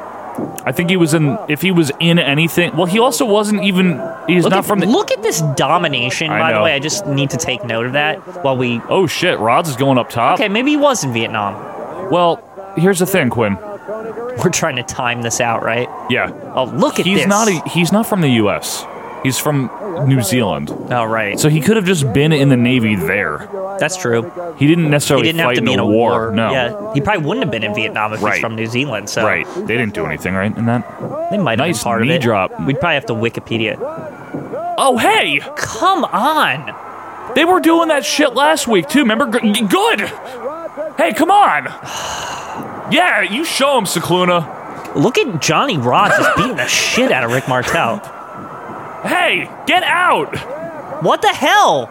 Speaker 1: I think he was in. If he was in anything, well, he also wasn't even. He's
Speaker 2: Look,
Speaker 1: not
Speaker 2: at,
Speaker 1: from the.
Speaker 2: look at this domination.
Speaker 1: I
Speaker 2: by
Speaker 1: know.
Speaker 2: the way, I just need to take note of that while we.
Speaker 1: Oh shit! Rods is going up top.
Speaker 2: Okay, maybe he was in Vietnam.
Speaker 1: Well, here's the thing, Quinn.
Speaker 2: We're trying to time this out, right?
Speaker 1: Yeah.
Speaker 2: Oh, look at
Speaker 1: he's
Speaker 2: this.
Speaker 1: not. A, he's not from the U.S. He's from New Zealand.
Speaker 2: All right.
Speaker 1: So he could have just been in the Navy there.
Speaker 2: That's true.
Speaker 1: He didn't necessarily
Speaker 2: He didn't
Speaker 1: fight
Speaker 2: have to
Speaker 1: in,
Speaker 2: be
Speaker 1: a
Speaker 2: in a
Speaker 1: war. No.
Speaker 2: Yeah. He probably wouldn't have been in Vietnam if
Speaker 1: Right.
Speaker 2: he's from New Zealand. So
Speaker 1: Right. They didn't do anything, right? In that.
Speaker 2: they might have
Speaker 1: Nice
Speaker 2: been part
Speaker 1: knee
Speaker 2: of it.
Speaker 1: drop.
Speaker 2: We'd probably have to Wikipedia.
Speaker 1: Oh hey,
Speaker 2: Come on.
Speaker 1: they were doing that shit last week too. Remember? G- g- Good. Hey, come on. Yeah, you show him, Secluna.
Speaker 2: Look at Johnny Rods just beating the shit out of Rick Martel.
Speaker 1: Hey, get out.
Speaker 2: What the hell?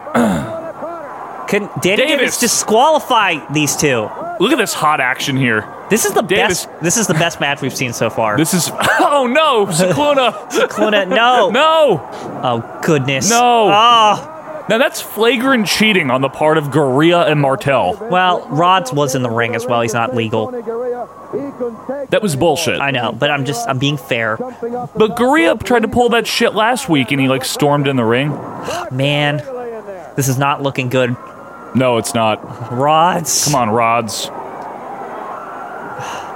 Speaker 2: Can Danny Davis.
Speaker 1: Davis.
Speaker 2: disqualify these two?
Speaker 1: Look at this hot action here.
Speaker 2: This is the
Speaker 1: Davis.
Speaker 2: best. This is the best match we've seen so far.
Speaker 1: This is. (laughs) Oh no, Secluna.
Speaker 2: Cluna, no.
Speaker 1: (laughs) No.
Speaker 2: Oh goodness.
Speaker 1: No.
Speaker 2: Oh.
Speaker 1: Now that's flagrant cheating on the part of Gorilla and Martel.
Speaker 2: Well, Rods was in the ring as well. He's not legal.
Speaker 1: That was bullshit.
Speaker 2: I know, but I'm just I'm being fair.
Speaker 1: But Gorilla tried to pull that shit last week and he like stormed in the ring.
Speaker 2: Man, this is not looking good.
Speaker 1: No, it's not.
Speaker 2: Rods.
Speaker 1: Come on, Rods.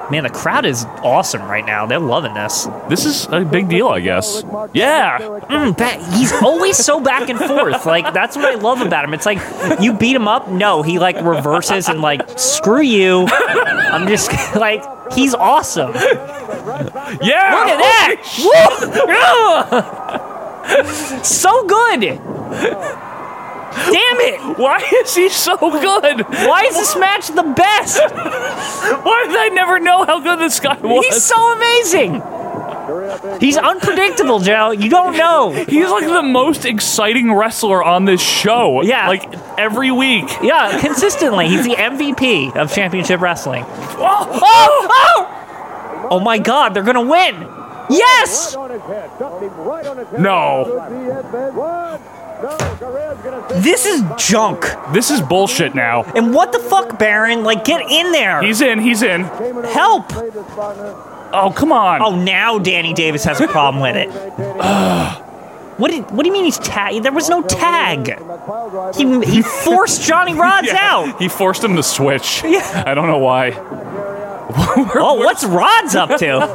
Speaker 2: Man, the crowd is awesome right now. They're loving this.
Speaker 1: This is a big deal, I guess. Yeah.
Speaker 2: Mm, that, he's always so back and forth. Like that's what I love about him. It's like you beat him up. No, he like reverses and like screw you. I'm just (laughs) like he's awesome. Look
Speaker 1: Yeah.
Speaker 2: at that. Woo! (laughs) so good. Damn it!
Speaker 1: Why is he so good?
Speaker 2: Why is this match the best?
Speaker 1: Why did I never know how good this guy was?
Speaker 2: He's so amazing. He's unpredictable, Joe. You don't know.
Speaker 1: He's like the most exciting wrestler on this show.
Speaker 2: Yeah.
Speaker 1: Like every week.
Speaker 2: Yeah, consistently. He's the MVP of championship wrestling.
Speaker 1: Oh,
Speaker 2: Oh! Oh! Oh my god, they're gonna win! Yes!
Speaker 1: No.
Speaker 2: This is junk.
Speaker 1: This is bullshit now.
Speaker 2: And what the fuck, Baron? Like, get in there!
Speaker 1: He's in, he's in.
Speaker 2: Help!
Speaker 1: Oh, come on.
Speaker 2: Oh, now Danny Davis has a problem with it. what, did, what do you mean he's tag? There was no tag. He,
Speaker 1: (laughs)
Speaker 2: he forced Johnny Rods
Speaker 1: Yeah, (laughs)
Speaker 2: out.
Speaker 1: He forced him to switch.
Speaker 2: Yeah.
Speaker 1: I don't know why.
Speaker 2: Oh, what's Rods up
Speaker 1: (laughs)
Speaker 2: to?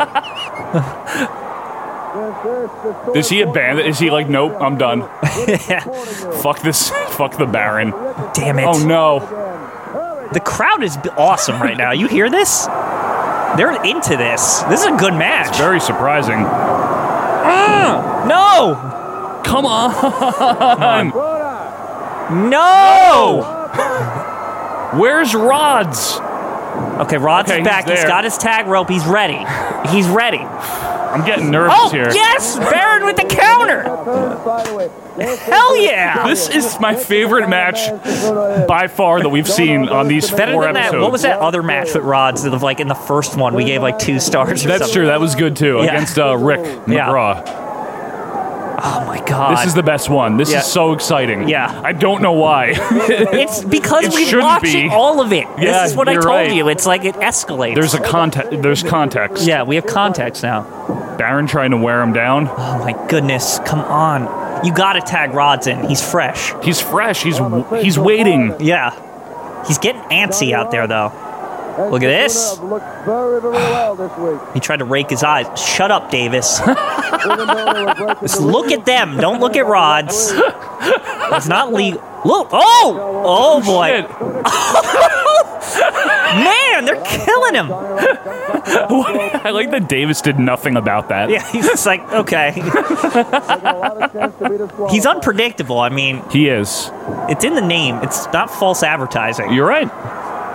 Speaker 2: (laughs)
Speaker 1: Is he abandoned? Is he like, nope, I'm done. fuck this. Fuck the Baron.
Speaker 2: Damn it.
Speaker 1: Oh no.
Speaker 2: The crowd is b- awesome right now. You hear this? They're into this. This is a good match.
Speaker 1: Very surprising.
Speaker 2: No!
Speaker 1: Come on. (laughs)
Speaker 2: No!
Speaker 1: Where's Rods?
Speaker 2: Okay, Rod's
Speaker 1: Okay,
Speaker 2: is back.
Speaker 1: he's
Speaker 2: he's
Speaker 1: there.
Speaker 2: got his tag rope. He's ready. He's ready.
Speaker 1: I'm getting nervous
Speaker 2: Oh,
Speaker 1: here.
Speaker 2: yes! Baron with the counter! Hell yeah!
Speaker 1: This is my favorite match by far that we've seen on these
Speaker 2: Better
Speaker 1: four
Speaker 2: than that.
Speaker 1: episodes.
Speaker 2: What was that other match with Rod's that, like, in the first one we gave, like, two stars or
Speaker 1: That's
Speaker 2: something?
Speaker 1: true. That was good too
Speaker 2: Yeah.
Speaker 1: against uh, Rick
Speaker 2: Yeah.
Speaker 1: McGraw.
Speaker 2: Oh, my God.
Speaker 1: This is the best one. This
Speaker 2: Yeah.
Speaker 1: is so exciting.
Speaker 2: Yeah.
Speaker 1: I don't know why. (laughs)
Speaker 2: it's because
Speaker 1: It
Speaker 2: we
Speaker 1: shouldn't
Speaker 2: watched
Speaker 1: be.
Speaker 2: all of it.
Speaker 1: Yeah,
Speaker 2: this is what I
Speaker 1: you're
Speaker 2: told
Speaker 1: right.
Speaker 2: you. It's like it escalates.
Speaker 1: There's a context. There's context.
Speaker 2: yeah, we have context now.
Speaker 1: Baron trying to wear him down.
Speaker 2: Oh, my goodness. Come on. You gotta tag Rod's in. He's fresh.
Speaker 1: He's fresh. He's he's waiting.
Speaker 2: Yeah. He's getting antsy out there, though. Look at this. He tried to rake his eyes. Shut up, Davis. (laughs) Just look at them. Don't look at Rods. It's not legal. Look. Oh! Oh, boy.
Speaker 1: Shit. (laughs)
Speaker 2: Man, they're killing him.
Speaker 1: I like that Davis did nothing about that.
Speaker 2: Yeah, he's just like, okay. (laughs) He's unpredictable. I mean,
Speaker 1: He is.
Speaker 2: it's in the name, it's not false advertising.
Speaker 1: You're right.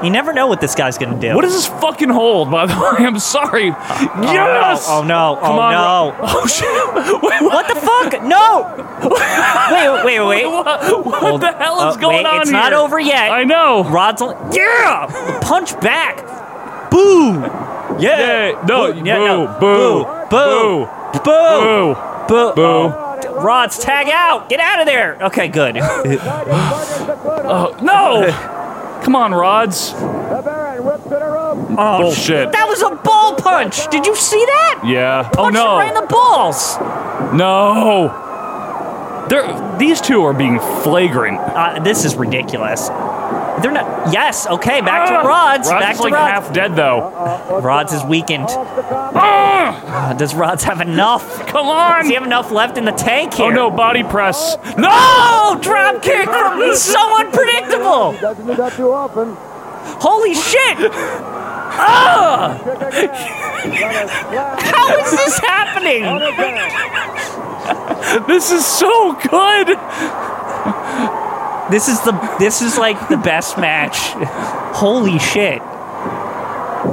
Speaker 2: You never know what this guy's going to do.
Speaker 1: What is this fucking hold, by the (laughs) way? I'm sorry.
Speaker 2: Oh,
Speaker 1: yes!
Speaker 2: no. Oh, no.
Speaker 1: Come
Speaker 2: oh,
Speaker 1: on.
Speaker 2: no.
Speaker 1: (laughs) Oh, shit. (laughs) Wait, what?
Speaker 2: What the fuck? No! (laughs) Wait, wait, wait, wait.
Speaker 1: What, what
Speaker 2: Hold-
Speaker 1: the hell is
Speaker 2: uh,
Speaker 1: going
Speaker 2: wait,
Speaker 1: on
Speaker 2: It's
Speaker 1: here?
Speaker 2: not over yet.
Speaker 1: I know.
Speaker 2: Rod's only. Yeah! Punch back! Boo! Yeah!
Speaker 1: Yeah, no,
Speaker 2: no.
Speaker 1: boo,
Speaker 2: Boo! Boo! Boo!
Speaker 1: Boo.
Speaker 2: Boo!
Speaker 1: Boo.
Speaker 2: Rod's tag out! Get out of there! Okay, (laughs) good.
Speaker 1: Oh, no!
Speaker 2: (laughs)
Speaker 1: Come on, Rods.
Speaker 2: Oh,
Speaker 1: Bullshit.
Speaker 2: That was a ball punch! Did you see that?
Speaker 1: Yeah. Oh,
Speaker 2: Punched him
Speaker 1: no.
Speaker 2: right in the balls!
Speaker 1: No. They're, these two are being flagrant.
Speaker 2: Uh, this is ridiculous. They're not. Yes. Okay. Back to Rods.
Speaker 1: Ah! Rod's
Speaker 2: back
Speaker 1: is
Speaker 2: to
Speaker 1: like
Speaker 2: Rods.
Speaker 1: half dead though.
Speaker 2: Rods is weakened. Ah, does Rods have enough?
Speaker 1: Come
Speaker 2: Does
Speaker 1: on!
Speaker 2: he have enough left in the tank here?
Speaker 1: Oh no, body press.
Speaker 2: No! Drop kick from he's so unpredictable.
Speaker 9: Doesn't do that too often.
Speaker 2: Holy shit! Ah!
Speaker 9: Kick again. Got a slap
Speaker 2: (laughs) How is this happening? (laughs)
Speaker 9: on the ground.
Speaker 1: This is so good.
Speaker 2: This is the this is like the best match. Holy shit.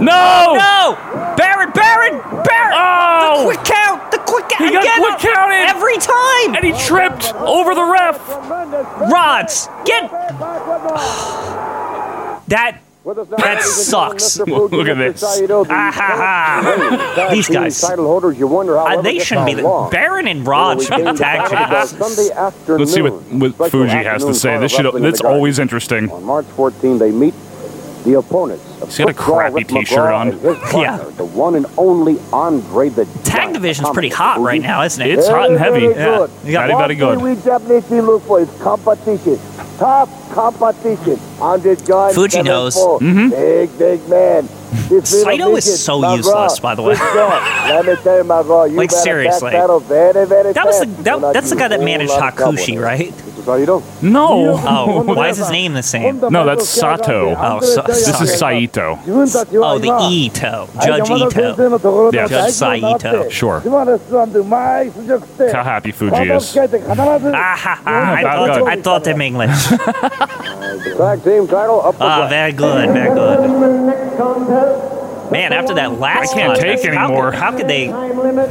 Speaker 1: No!
Speaker 2: Oh, No! Baron, Baron, Baron!
Speaker 1: Oh!
Speaker 2: The quick count! The quick count!
Speaker 1: He got
Speaker 2: again!
Speaker 1: quick counted!
Speaker 2: Every time!
Speaker 1: And he tripped over the ref.
Speaker 9: Tremendous
Speaker 2: Rods! Get
Speaker 9: back with Rods.
Speaker 2: that
Speaker 7: With us now,
Speaker 2: That
Speaker 7: ladies and
Speaker 2: sucks.
Speaker 7: gentlemen, Mr. Fuji,
Speaker 1: Look at
Speaker 7: Mr.
Speaker 1: this.
Speaker 7: Saito, the
Speaker 2: ah ha ha.
Speaker 7: tag
Speaker 2: These
Speaker 7: team
Speaker 2: guys.
Speaker 7: Title holders, you wonder how
Speaker 2: Uh,
Speaker 7: ever
Speaker 2: they
Speaker 7: gets
Speaker 2: shouldn't be the
Speaker 7: along.
Speaker 2: Baron and Rod
Speaker 7: We
Speaker 2: should be
Speaker 7: came
Speaker 2: the
Speaker 7: to
Speaker 2: (laughs) tag
Speaker 7: talk about
Speaker 2: champions.
Speaker 7: Sunday afternoon.
Speaker 1: Let's see what, what
Speaker 7: Special
Speaker 1: Fuji has to
Speaker 7: afternoon
Speaker 1: say.
Speaker 7: card
Speaker 1: This
Speaker 7: of
Speaker 1: should
Speaker 7: Wrestling in
Speaker 1: that's
Speaker 7: the Garden.
Speaker 1: always interesting.
Speaker 7: On March 14, they meet the opponents. of
Speaker 1: He's got a
Speaker 7: football
Speaker 1: crappy
Speaker 7: Rick
Speaker 1: t-shirt
Speaker 7: McGraw
Speaker 1: on.
Speaker 7: and his
Speaker 2: Yeah.
Speaker 7: partner, The one and only Andre the
Speaker 2: Tag
Speaker 7: Giant.
Speaker 2: division's pretty
Speaker 7: Thomas
Speaker 2: hot
Speaker 7: Fuji.
Speaker 2: right now, isn't it?
Speaker 1: It's hot and
Speaker 7: Very,
Speaker 1: heavy.
Speaker 7: very good.
Speaker 2: Yeah. You got-
Speaker 1: Very, very
Speaker 7: What
Speaker 1: good.
Speaker 7: we Japanese team look for is competition. Top competition. Andre the Giant.
Speaker 2: Fuji
Speaker 7: seven
Speaker 2: knows.
Speaker 7: four.
Speaker 1: Mm-hmm.
Speaker 7: Big, big man. This little
Speaker 2: Saito is
Speaker 7: midget,
Speaker 2: so
Speaker 7: McGraw,
Speaker 2: useless, by the way.
Speaker 7: big guy. Let me tell you, McGraw, you
Speaker 2: Like,
Speaker 7: better back
Speaker 2: seriously.
Speaker 7: Battle very, very
Speaker 2: That was the,
Speaker 7: fast.
Speaker 2: that,
Speaker 7: Without
Speaker 2: that's the
Speaker 7: you,
Speaker 2: guy that
Speaker 7: whole
Speaker 2: managed
Speaker 7: lot of trouble.
Speaker 2: Hakushi, right?
Speaker 7: Mr. Saito,
Speaker 1: No.
Speaker 2: Oh, why is his name the same?
Speaker 1: No, that's Sato.
Speaker 2: Oh, so,
Speaker 1: This is
Speaker 2: sorry.
Speaker 1: Saito.
Speaker 2: Oh, the Ito. Judge E Ito.
Speaker 1: Yeah.
Speaker 2: Judge Saito.
Speaker 1: Sure. How happy Fuji is.
Speaker 2: Ah, ha, ha. I,
Speaker 1: Yeah,
Speaker 2: thought,
Speaker 1: very
Speaker 2: I thought them English.
Speaker 7: tag team title up
Speaker 1: (laughs)
Speaker 7: for
Speaker 2: Ah,
Speaker 7: grabs.
Speaker 2: very good, very good.
Speaker 6: Gentlemen, next contest.
Speaker 2: Man, after that last
Speaker 1: I can't
Speaker 2: contest,
Speaker 1: take
Speaker 2: how
Speaker 1: anymore.
Speaker 2: could- How could (laughs) they?
Speaker 6: Time limit.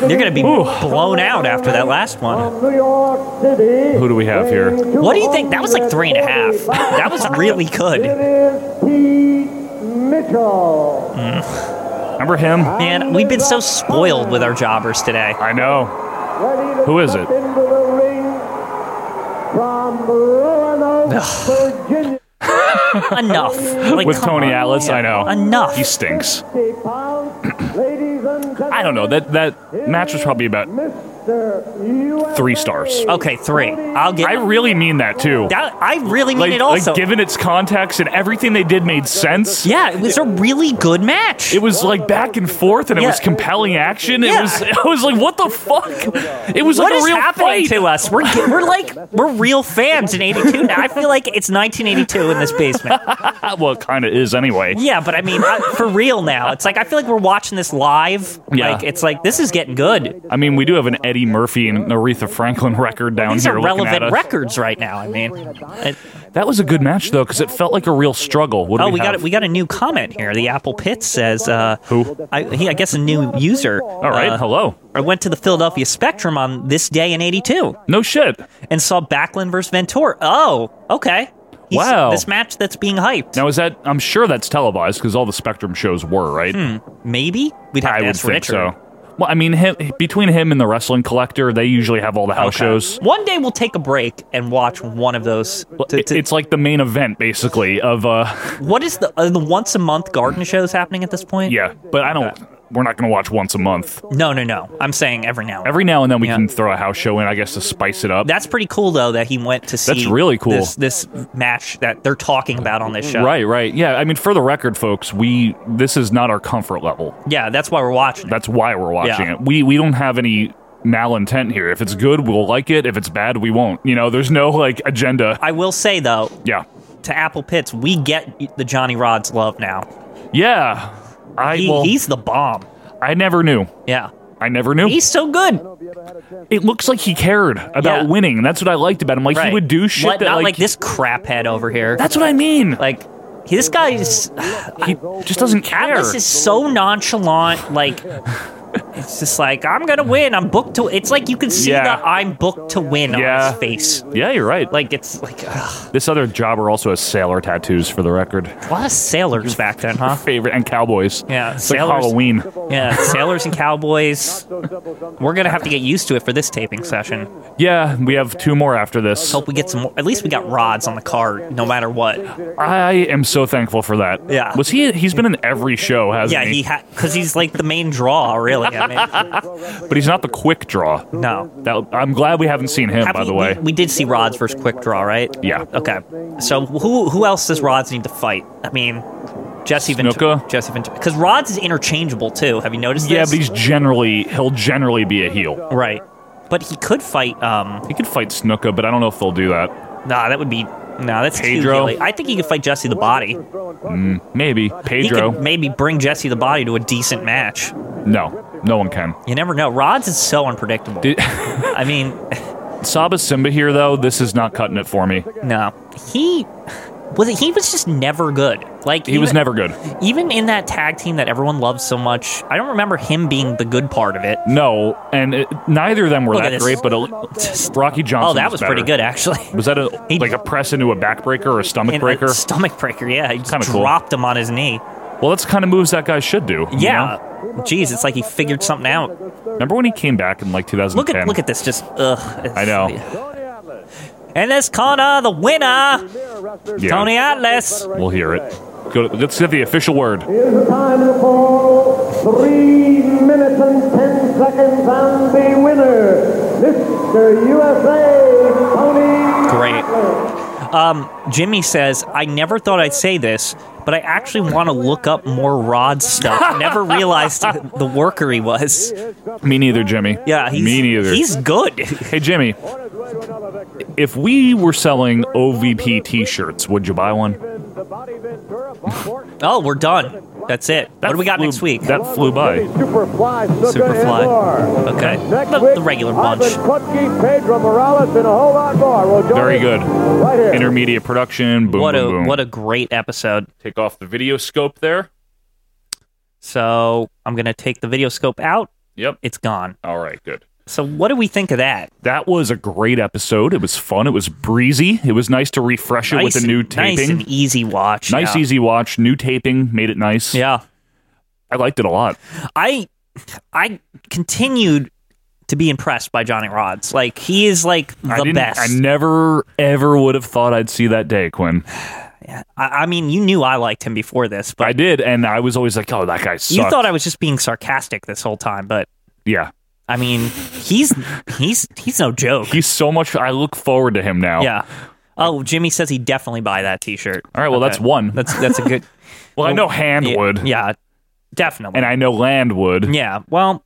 Speaker 2: They're gonna be blown out after that last one.
Speaker 6: New York City.
Speaker 1: Who do we have here?
Speaker 2: What do you think? That was like three and a half. That was really
Speaker 6: It
Speaker 2: good.
Speaker 6: is Pete Mitchell.
Speaker 1: Remember him?
Speaker 2: Man, we've been so spoiled with our jobbers today.
Speaker 1: I know.
Speaker 6: Ready to
Speaker 1: Who is
Speaker 6: step
Speaker 1: it?
Speaker 6: Into the ring from Roanoke, Virginia.
Speaker 2: Enough. Like,
Speaker 1: With
Speaker 2: come
Speaker 1: Tony
Speaker 2: on.
Speaker 1: Atlas, I know.
Speaker 2: Enough.
Speaker 1: He stinks.
Speaker 6: 50 pounds, (clears throat) ladies and gentlemen.
Speaker 1: I don't know. That that match was probably about
Speaker 6: Mr.
Speaker 1: three stars.
Speaker 2: Okay, three. I'll get.
Speaker 1: I really mean that too.
Speaker 2: That, I really mean
Speaker 1: Like,
Speaker 2: it also.
Speaker 1: like given its context and everything they did made sense.
Speaker 2: yeah, it was a really good match.
Speaker 1: It was like back and forth, and it
Speaker 2: Yeah.
Speaker 1: was compelling action. It
Speaker 2: Yeah.
Speaker 1: was, (laughs) I was like, what the
Speaker 2: (laughs)
Speaker 1: fuck? It was
Speaker 2: what
Speaker 1: like
Speaker 2: is
Speaker 1: a real
Speaker 2: happening
Speaker 1: fight.
Speaker 2: to us? We're ge- we're like we're real fans in '82 now. I feel like it's 1982 in this basement.
Speaker 1: Ah, well, it kind of is anyway.
Speaker 2: Yeah, but I mean, I, for real now. It's like I feel like we're watching this live.
Speaker 1: Yeah.
Speaker 2: Like it's like this is getting good.
Speaker 1: I mean, we do have an Eddie Murphy and Aretha Franklin record down
Speaker 2: These
Speaker 1: here.
Speaker 2: are
Speaker 1: looking at
Speaker 2: relevant
Speaker 1: us.
Speaker 2: records right now. I mean, It-
Speaker 1: That was a good match though, because it felt like a real struggle. What do
Speaker 2: oh, we got
Speaker 1: have?
Speaker 2: we got a new comment here. The Apple Pit says, uh,
Speaker 1: Who?
Speaker 2: I, he, I guess a new user. Uh,
Speaker 1: All right, hello.
Speaker 2: I went to the Philadelphia Spectrum on this day in '82
Speaker 1: No shit.
Speaker 2: and saw Backlund versus Ventura. Oh, okay. He's-
Speaker 1: Wow.
Speaker 2: This match that's being hyped.
Speaker 1: Now is that? I'm sure that's televised because all the Spectrum shows were right.
Speaker 2: Maybe we'd have
Speaker 1: I
Speaker 2: to
Speaker 1: would
Speaker 2: ask
Speaker 1: think
Speaker 2: Richard.
Speaker 1: so. Well, I mean, him, between him and the Wrestling Collector, they usually have all the house
Speaker 2: Okay.
Speaker 1: shows.
Speaker 2: One day we'll take a break and watch one of those. to-
Speaker 1: It-
Speaker 2: to-
Speaker 1: it's like the main event, basically. Of uh,
Speaker 2: what is the are the once a month garden shows happening at this point?
Speaker 1: yeah, but I don't. We're not going to watch once a month.
Speaker 2: No, no, no. I'm saying every now. and
Speaker 1: Every now and then, we
Speaker 2: Yeah.
Speaker 1: can throw a house show in, I guess, to spice it up.
Speaker 2: That's pretty cool though that he went to see.
Speaker 1: That's really cool.
Speaker 2: This, this match that they're talking about on this show.
Speaker 1: Right, right. Yeah, I mean, for the record, folks, we this is not our comfort level.
Speaker 2: Yeah, that's why we're watching. it.
Speaker 1: That's why we're watching
Speaker 2: Yeah.
Speaker 1: it. We we don't have any malintent here. If it's good, we'll like it. If it's bad, we won't. You know, there's no like agenda.
Speaker 2: I will say though,
Speaker 1: Yeah,
Speaker 2: to Apple Pits, we get the Johnny Rods love now.
Speaker 1: yeah. I
Speaker 2: He,
Speaker 1: well,
Speaker 2: he's the bomb.
Speaker 1: I never knew.
Speaker 2: Yeah,
Speaker 1: I never knew.
Speaker 2: he's so good.
Speaker 1: It looks like he cared about
Speaker 2: Yeah.
Speaker 1: winning. That's what I liked about him. Like
Speaker 2: Right.
Speaker 1: he would do shit
Speaker 2: What-
Speaker 1: that
Speaker 2: not
Speaker 1: like,
Speaker 2: like, this crap head over here.
Speaker 1: That's what I mean.
Speaker 2: like this (sighs) guy's
Speaker 1: he just doesn't care.
Speaker 2: Atlas is so nonchalant.
Speaker 1: (laughs)
Speaker 2: Like it's just like I'm gonna win. I'm booked to. It's like you can see
Speaker 1: Yeah.
Speaker 2: the I'm booked to win on
Speaker 1: Yeah.
Speaker 2: his face.
Speaker 1: yeah, you're right. Like
Speaker 2: Like it's like ugh.
Speaker 1: this other jobber also has sailor tattoos for the record.
Speaker 2: a lot of sailors back then, huh?
Speaker 1: Favorite and cowboys.
Speaker 2: Yeah,
Speaker 1: it's like
Speaker 2: sailors.
Speaker 1: Halloween. (laughs)
Speaker 2: Yeah, sailors and cowboys.
Speaker 9: So simple sometimes.
Speaker 2: We're gonna have to get used to it for this taping session.
Speaker 1: Yeah, we have two more after this.
Speaker 2: Hope we get some. More, at least we got rods on the card, no matter what.
Speaker 1: I am so thankful for that.
Speaker 2: Yeah.
Speaker 1: Was he? He's been in every show, hasn't
Speaker 2: Yeah,
Speaker 1: he?
Speaker 2: he had because he's like the main draw, really. I mean,
Speaker 1: but he's not the quick draw. (laughs)
Speaker 2: no.
Speaker 1: That, I'm glad we haven't seen him,
Speaker 2: Have
Speaker 1: by
Speaker 2: we-
Speaker 1: the way.
Speaker 2: we, we did see Rods versus Quick Draw, right?
Speaker 1: Yeah.
Speaker 2: Okay. So who who else does Rods need to fight? I mean, Jesse Ventura.
Speaker 1: Snuka?
Speaker 2: Jesse Ventura, because Rods is interchangeable too. Have you noticed?
Speaker 1: yeah,
Speaker 2: this?
Speaker 1: but he's generally he'll generally be a heel.
Speaker 2: right. But he could fight. Um,
Speaker 1: He could fight Snuka, but I don't know if they'll do that.
Speaker 2: nah, that would be nah. That's
Speaker 1: Pedro?
Speaker 2: Too heely. I think he could fight Jesse the Body.
Speaker 1: Mm. Maybe
Speaker 2: He
Speaker 1: Pedro.
Speaker 2: could maybe bring Jesse the Body to a decent match.
Speaker 1: no, no one can.
Speaker 2: You never know. Rods is so unpredictable.
Speaker 1: Did, (laughs)
Speaker 2: I mean, (laughs)
Speaker 1: Saba Simba here though, this is not cutting it for me.
Speaker 2: no, he was. He was just never good. Like
Speaker 1: He was
Speaker 2: even-
Speaker 1: never good.
Speaker 2: even in that tag team that everyone loves so much, I don't remember him being the good part of it.
Speaker 1: No, and it, neither of them were
Speaker 2: Look at
Speaker 1: that
Speaker 2: this.
Speaker 1: great. But
Speaker 2: Just-
Speaker 1: a, Rocky Johnson.
Speaker 2: Oh, that was
Speaker 1: better.
Speaker 2: pretty good actually.
Speaker 1: Was that a
Speaker 2: He-
Speaker 1: like a press into a backbreaker or a stomach
Speaker 2: (laughs) And a
Speaker 1: breaker?
Speaker 2: stomach breaker. Yeah, he
Speaker 1: Kinda
Speaker 2: just
Speaker 1: cool.
Speaker 2: dropped him on his knee.
Speaker 1: Well, that's the kind of moves that guy should do. you
Speaker 2: Yeah.
Speaker 1: know?
Speaker 2: Jeez, it's like he figured something out.
Speaker 1: Remember when he came back in like 2010?
Speaker 2: Look at look at this. Just ugh. it's-
Speaker 1: I know.
Speaker 2: And this corner, the winner,
Speaker 1: Yeah.
Speaker 2: Tony Atlas.
Speaker 1: We'll hear it. Go. To, let's get the official word.
Speaker 6: Here's the time of the call. Three minutes and ten seconds and the winner, Mr. USA, Tony.
Speaker 2: Great. Um, Jimmy says, I never thought I'd say this, but I actually want to look up more Rod stuff.
Speaker 1: (laughs)
Speaker 2: never realized the worker he was.
Speaker 1: Me neither, Jimmy.
Speaker 2: Yeah, he's,
Speaker 1: me neither.
Speaker 2: He's good.
Speaker 1: hey, Jimmy. If we were selling OVP T-shirts, would you buy one?
Speaker 2: Oh, we're done. That's it. what
Speaker 1: That
Speaker 2: do we got
Speaker 1: flew-
Speaker 2: next week?
Speaker 1: That flew by.
Speaker 9: Superfly, Snuka,
Speaker 2: Superfly.
Speaker 9: and more.
Speaker 2: okay.
Speaker 9: Next
Speaker 2: The,
Speaker 9: week,
Speaker 2: the regular
Speaker 9: Ivan
Speaker 2: bunch.
Speaker 9: Putke, Pedro Morales, and a whole lot more. Well, join
Speaker 1: Very
Speaker 9: us
Speaker 1: good.
Speaker 9: Right here.
Speaker 1: Intermediate production. Boom,
Speaker 2: what a
Speaker 1: boom, boom.
Speaker 2: what a great episode.
Speaker 1: Take off the video scope there.
Speaker 2: So I'm gonna take the video scope out.
Speaker 1: Yep.
Speaker 2: It's gone.
Speaker 1: All right. Good.
Speaker 2: So what do we think of that?
Speaker 1: That was a great episode. It was fun. It was breezy. It was nice to refresh it
Speaker 2: nice,
Speaker 1: with a new taping.
Speaker 2: nice and easy watch.
Speaker 1: Nice,
Speaker 2: yeah.
Speaker 1: easy watch. New taping made it nice.
Speaker 2: Yeah.
Speaker 1: I liked it a lot.
Speaker 2: I I continued to be impressed by Johnny Rods. Like he is like
Speaker 1: I
Speaker 2: the
Speaker 1: didn't-
Speaker 2: best.
Speaker 1: I never ever would have thought I'd see that day, Quinn.
Speaker 2: I, I mean, you knew I liked him before this, but
Speaker 1: I did, and I was always like, "Oh, that guy sucks."
Speaker 2: you thought I was just being sarcastic this whole time. But
Speaker 1: yeah,
Speaker 2: I mean, he's he's he's no joke.
Speaker 1: he's so much. I look forward to him now.
Speaker 2: Yeah. Oh, Jimmy says he definitely buy that T-shirt.
Speaker 1: All right. Well, that's one.
Speaker 2: That's that's a
Speaker 1: (laughs)
Speaker 2: good.
Speaker 1: well, I know Hand
Speaker 2: yeah,
Speaker 1: would,
Speaker 2: Yeah, definitely.
Speaker 1: and I know Land would.
Speaker 2: yeah. Well,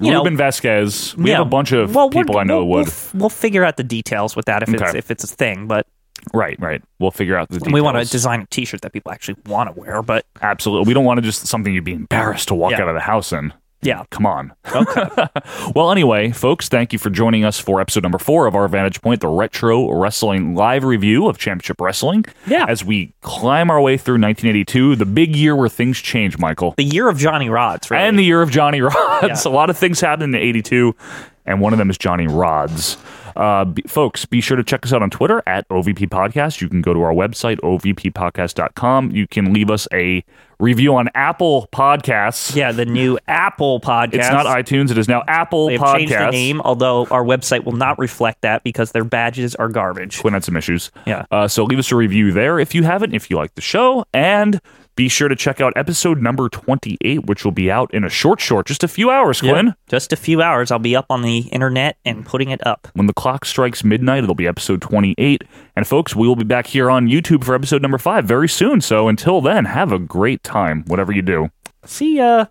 Speaker 2: you know,
Speaker 1: Ruben Vasquez. We
Speaker 2: yeah.
Speaker 1: have a bunch of
Speaker 2: Well, we're-
Speaker 1: people I know
Speaker 2: we'll,
Speaker 1: would.
Speaker 2: We'll, f- we'll figure out the details with that if it's
Speaker 1: Okay.
Speaker 2: if it's a thing. But
Speaker 1: right. Right. We'll figure out the details.
Speaker 2: we want to design a T-shirt that people actually want to wear. But
Speaker 1: Absolutely. We don't want to just something you'd be embarrassed to walk
Speaker 2: Yeah.
Speaker 1: out of the house in.
Speaker 2: yeah,
Speaker 1: Come on. Okay. (laughs) well, anyway, folks, thank you for joining us for episode number four of our Vantage Point, the Retro Wrestling Live review of Championship Wrestling.
Speaker 2: Yeah.
Speaker 1: As we climb our way through 1982, the big year where things change, Michael.
Speaker 2: the year of Johnny Rods, right?
Speaker 1: And the year of Johnny Rods.
Speaker 2: Yeah.
Speaker 1: (laughs) A lot of things happened in 82, and one of them is Johnny Rods. Uh, be, folks, be sure to check us out on Twitter at OVP Podcast. You can go to our website, ovppodcast.com. You can leave us a review on Apple Podcasts.
Speaker 2: yeah, the new Apple podcast.
Speaker 1: It's not iTunes. It is now Apple
Speaker 2: They have
Speaker 1: Podcasts.
Speaker 2: changed the name, although our website will not reflect that because their badges are garbage.
Speaker 1: Quinn had some issues.
Speaker 2: Yeah.
Speaker 1: Uh, so leave us a review there if you haven't, if you like the show. And be sure to check out episode number 28, which will be out in a short, short, just a few hours, Quinn.
Speaker 2: Just a few hours, I'll be up on the internet and putting it up.
Speaker 1: When the clock strikes midnight, it'll be episode 28. And folks, we will be back here on YouTube for episode number five very soon. So until then, have a great time, whatever you do.
Speaker 2: See ya.